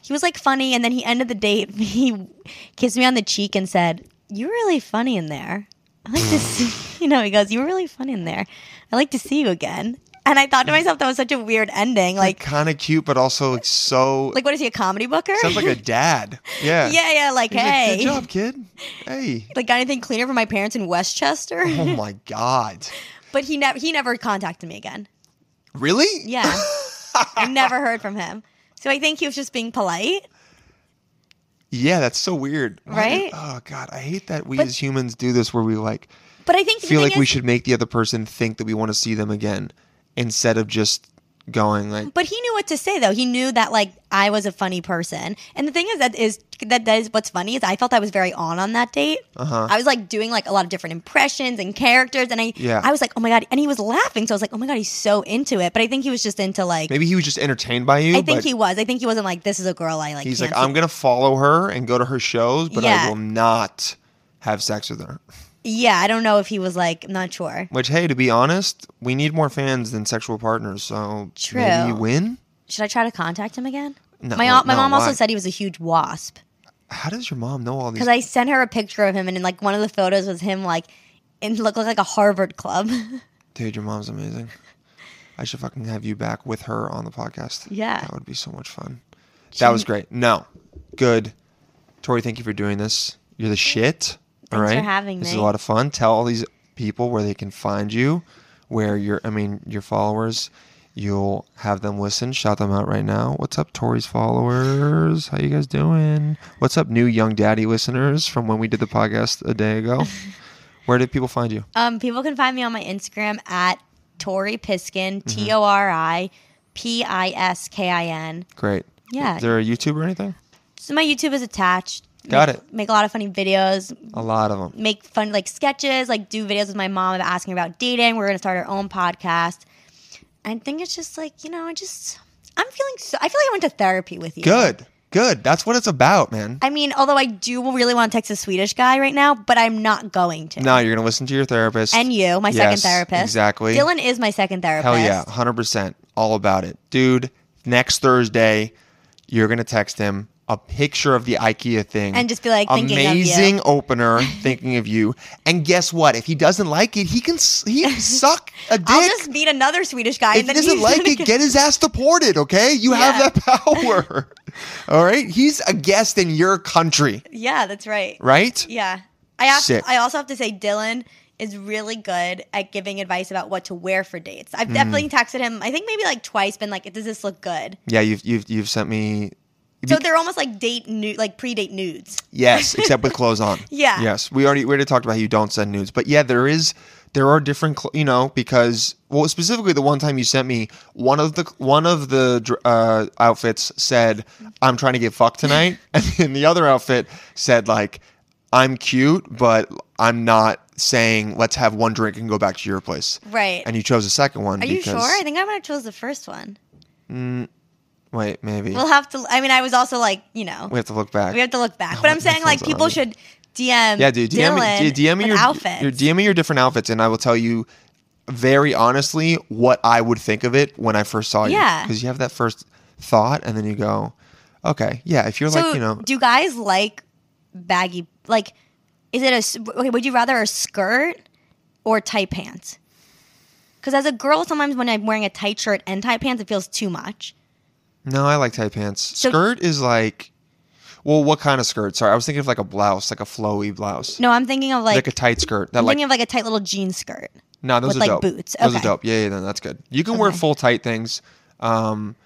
he was like funny, and then he ended the date. He kissed me on the cheek and said, "You're really funny in there. I like to Hmm. see you know." He goes, "You were really funny in there. I like to see you again." And I thought to myself, that was such a weird ending. Like, Kind of cute, but also like so. like what is he a comedy booker? sounds like a dad. Yeah. yeah, yeah. Like, He's like, hey, Good job, kid. Hey. like got anything cleaner for my parents in Westchester? Oh my god. but he never he never contacted me again. Really? Yeah. I never heard from him. So I think he was just being polite. Yeah, that's so weird. Why did- Right? oh god, I hate that we But- as humans do this where we like But I think the feel thing like we is- should make the other person think that we want to see them again instead of just going like But he knew what to say though. He knew that like I was a funny person. And the thing is that is that that is what's funny is I felt I was very on on that date. Uh-huh. I was like doing like a lot of different impressions and characters, and I Yeah. I was like oh my god, and he was laughing, so I was like oh my god, he's so into it. But I think he was just into like maybe he was just entertained by you I think but he was. I think he wasn't like this is a girl I like. he's can't like i'm gonna follow her and go to her shows but i Yeah. will not have sex with her yeah, I don't know if he was like I'm not sure. which hey to be honest we need more fans than sexual partners so maybe True. you win Should I try to contact him again? No, my au- my no, mom also why? said he was a huge wasp. how does your mom know all these because I sent her a picture of him, and in like one of the photos was him like in look like a Harvard club. Dude, your mom's amazing. I should fucking have you back with her on the podcast. Yeah. That would be so much fun. That was great. No. Good. Tori, thank you for doing this. You're the shit. all Thanks right. for having This is me. a lot of fun. Tell all these people where they can find you, where your I mean, your followers. You'll have them listen. Shout them out right now. What's up, Tori's followers? How you guys doing? What's up, new young daddy listeners from when we did the podcast a day ago? where did people find you? um, people can find me on my Instagram at Tori Mm-hmm. Piskin, T O R I P I S K I N. Great. Yeah. Is there a YouTube or anything? So my YouTube is attached. Got make, it. Make a lot of funny videos. A lot of them. Make fun like sketches. Like do videos with my mom about asking her about dating. We're gonna start our own podcast. I think it's just like you know, I just I'm feeling so. I feel like I went to therapy with you. Good. Good. That's what it's about, man. I mean, although I do really want to text a Swedish guy right now, but I'm not going to. No, you're going to listen to your therapist. And you, my second Yes, therapist. Exactly. Dylan is my second therapist. Hell yeah. 100%. All about it. Dude, next Thursday, you're going to text him a picture of the IKEA thing. And just be like, thinking of you. amazing opener, thinking of you. And guess what? If he doesn't like it, he can s- he can suck a dick. I'll just meet another Swedish guy. If and he then doesn't he's like gonna it, get his ass deported, okay? You Yeah. have that power. All right? He's a guest in your country, Yeah, that's right. right? Yeah. I have, Sick. I also have to say, Dylan is really good at giving advice about what to wear for dates. Mm. I've definitely texted him, I think maybe like twice, been like, does this look good? Yeah, you've you've you've sent me So they're almost like date nude, like pre date nudes. yes, except with clothes on. Yeah. Yes, we already we already talked about how you don't send nudes, but yeah, there is there are different cl- you know because well specifically the one time you sent me one of the one of the dr- uh, outfits said I'm trying to get fucked tonight, and then the other outfit said like I'm cute, but I'm not saying let's have one drink and go back to your place. Right. And you chose the second one. Are you because, sure? I think I might have chose the first one. Wait, maybe We'll have to, I mean, I was also like, you know. we have to look back. We have to look back. But I'm what saying the like hell's people on? should DM Yeah, dude. DM, Dylan me- d- DM me with your outfits. your DM me your different outfits, and I will tell you very honestly what I would think of it when I first saw you. Yeah. because you have that first thought, and then you go, okay, yeah. If you're so like, you know, do guys like baggy like is it a s- okay, would you rather a skirt or tight pants? Cuz as a girl sometimes when I'm wearing a tight shirt and tight pants it feels too much. no, I like tight pants. So- skirt is like, well, what kind of skirt? Sorry, I was thinking of like a blouse, like a flowy blouse, No, I'm thinking of like, like, a tight skirt. That I'm like, thinking of like a tight little jean skirt. no, those with, are like, dope. boots. Those are Okay. dope. Yeah, yeah, no, that's good. You can wear Okay. full tight things. Um,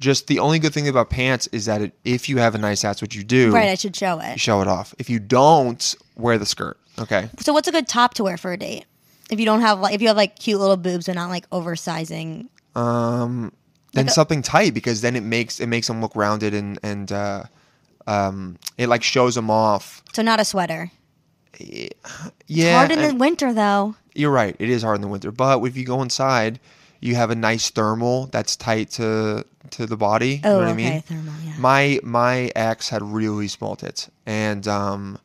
just the only good thing about pants is that it, if you have a nice ass, which you do, Right, I should show it. show it off. If you don't, wear the skirt. Okay. So what's a good top to wear for a date? If you don't have like if you have like cute little boobs and not like oversizing Then something tight because then it makes it makes them look rounded and and uh, um, it like shows them off. so not a sweater. Yeah, Hard in the and winter though. you're right. It is hard in the winter, but if you go inside, you have a nice thermal that's tight to to the body. you know Oh, what I okay, mean? thermal, yeah. My my ex had really small tits, and um,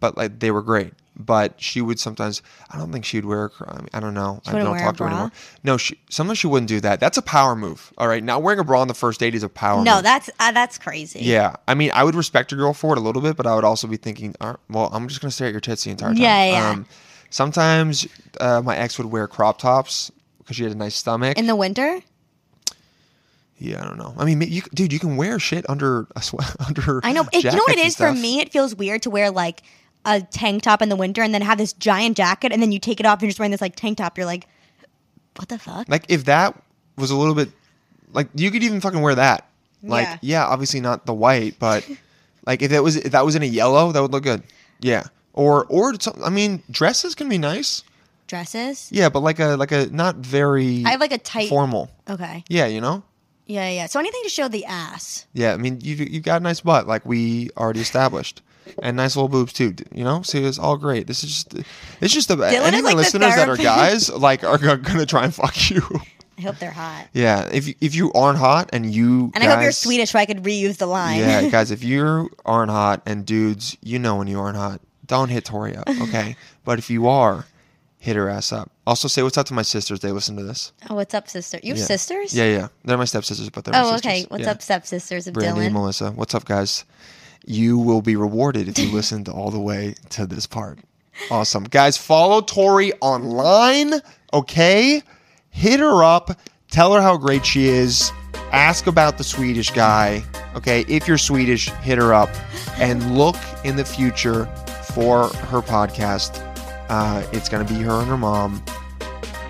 but like they were great. But she would sometimes. I don't think she would wear. a cr- I, mean, I don't know. I wouldn't don't wear a talk to her bra? anymore. No, she, sometimes she wouldn't do that. That's a power move. All right, not wearing a bra on the first date is a power. No, move. that's uh, that's crazy. Yeah, I mean, I would respect a girl for it a little bit, but I would also be thinking, "All right, well, I'm just gonna stare at your tits the entire time. Um, Yeah, yeah, yeah. sometimes uh, my ex would wear crop tops because she had a nice stomach. In the winter? yeah, I don't know. I mean, you, dude, you can wear shit under a sweat under. I know. It, you know what jackets it and is for stuff. me? It feels weird to wear like a tank top in the winter and then have this giant jacket and then you take it off and you're just wearing this like tank top. You're like, what the fuck? Like if that was a little bit, like you could even fucking wear that. Like Yeah. yeah, obviously not the white, but like if that was if that was in a yellow, that would look good. Yeah, or or some, I mean, dresses can be nice. dresses. Yeah, but like a like a not very I have like a tight. formal. Okay. Yeah, you know. Yeah, yeah. So anything to show the ass. Yeah, I mean you you got a nice butt like we already established. And nice little boobs too, d- you know. So it's all great. This is just, it's just the is any like the listeners that are guys therapist. like are go- gonna try and fuck you. I hope they're hot. yeah, if you, if you aren't hot and you And I hope you're guys- Swedish, so I could reuse the line. Yeah, guys, if you aren't hot and dudes, you know when you aren't hot, don't hit Tori up, okay? but if you are, hit her ass up. Also, say what's up to my sisters. They listen to this. oh, what's up, sister? You have Yeah. sisters? Yeah, yeah. They're my stepsisters, but they're my Oh, sisters. okay. What's Yeah. up, stepsisters of Brandy Dylan? and Melissa? What's up, guys? You will be rewarded if you listened all the way to this part. Awesome. Guys, follow Tori online, okay? Hit her up. Tell her how great she is. Ask about the Swedish guy, okay? If you're Swedish, hit her up and look in the future for her podcast. Uh, it's going to be her and her mom.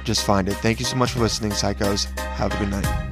Just find it. Thank you so much for listening, psychos. Have a good night.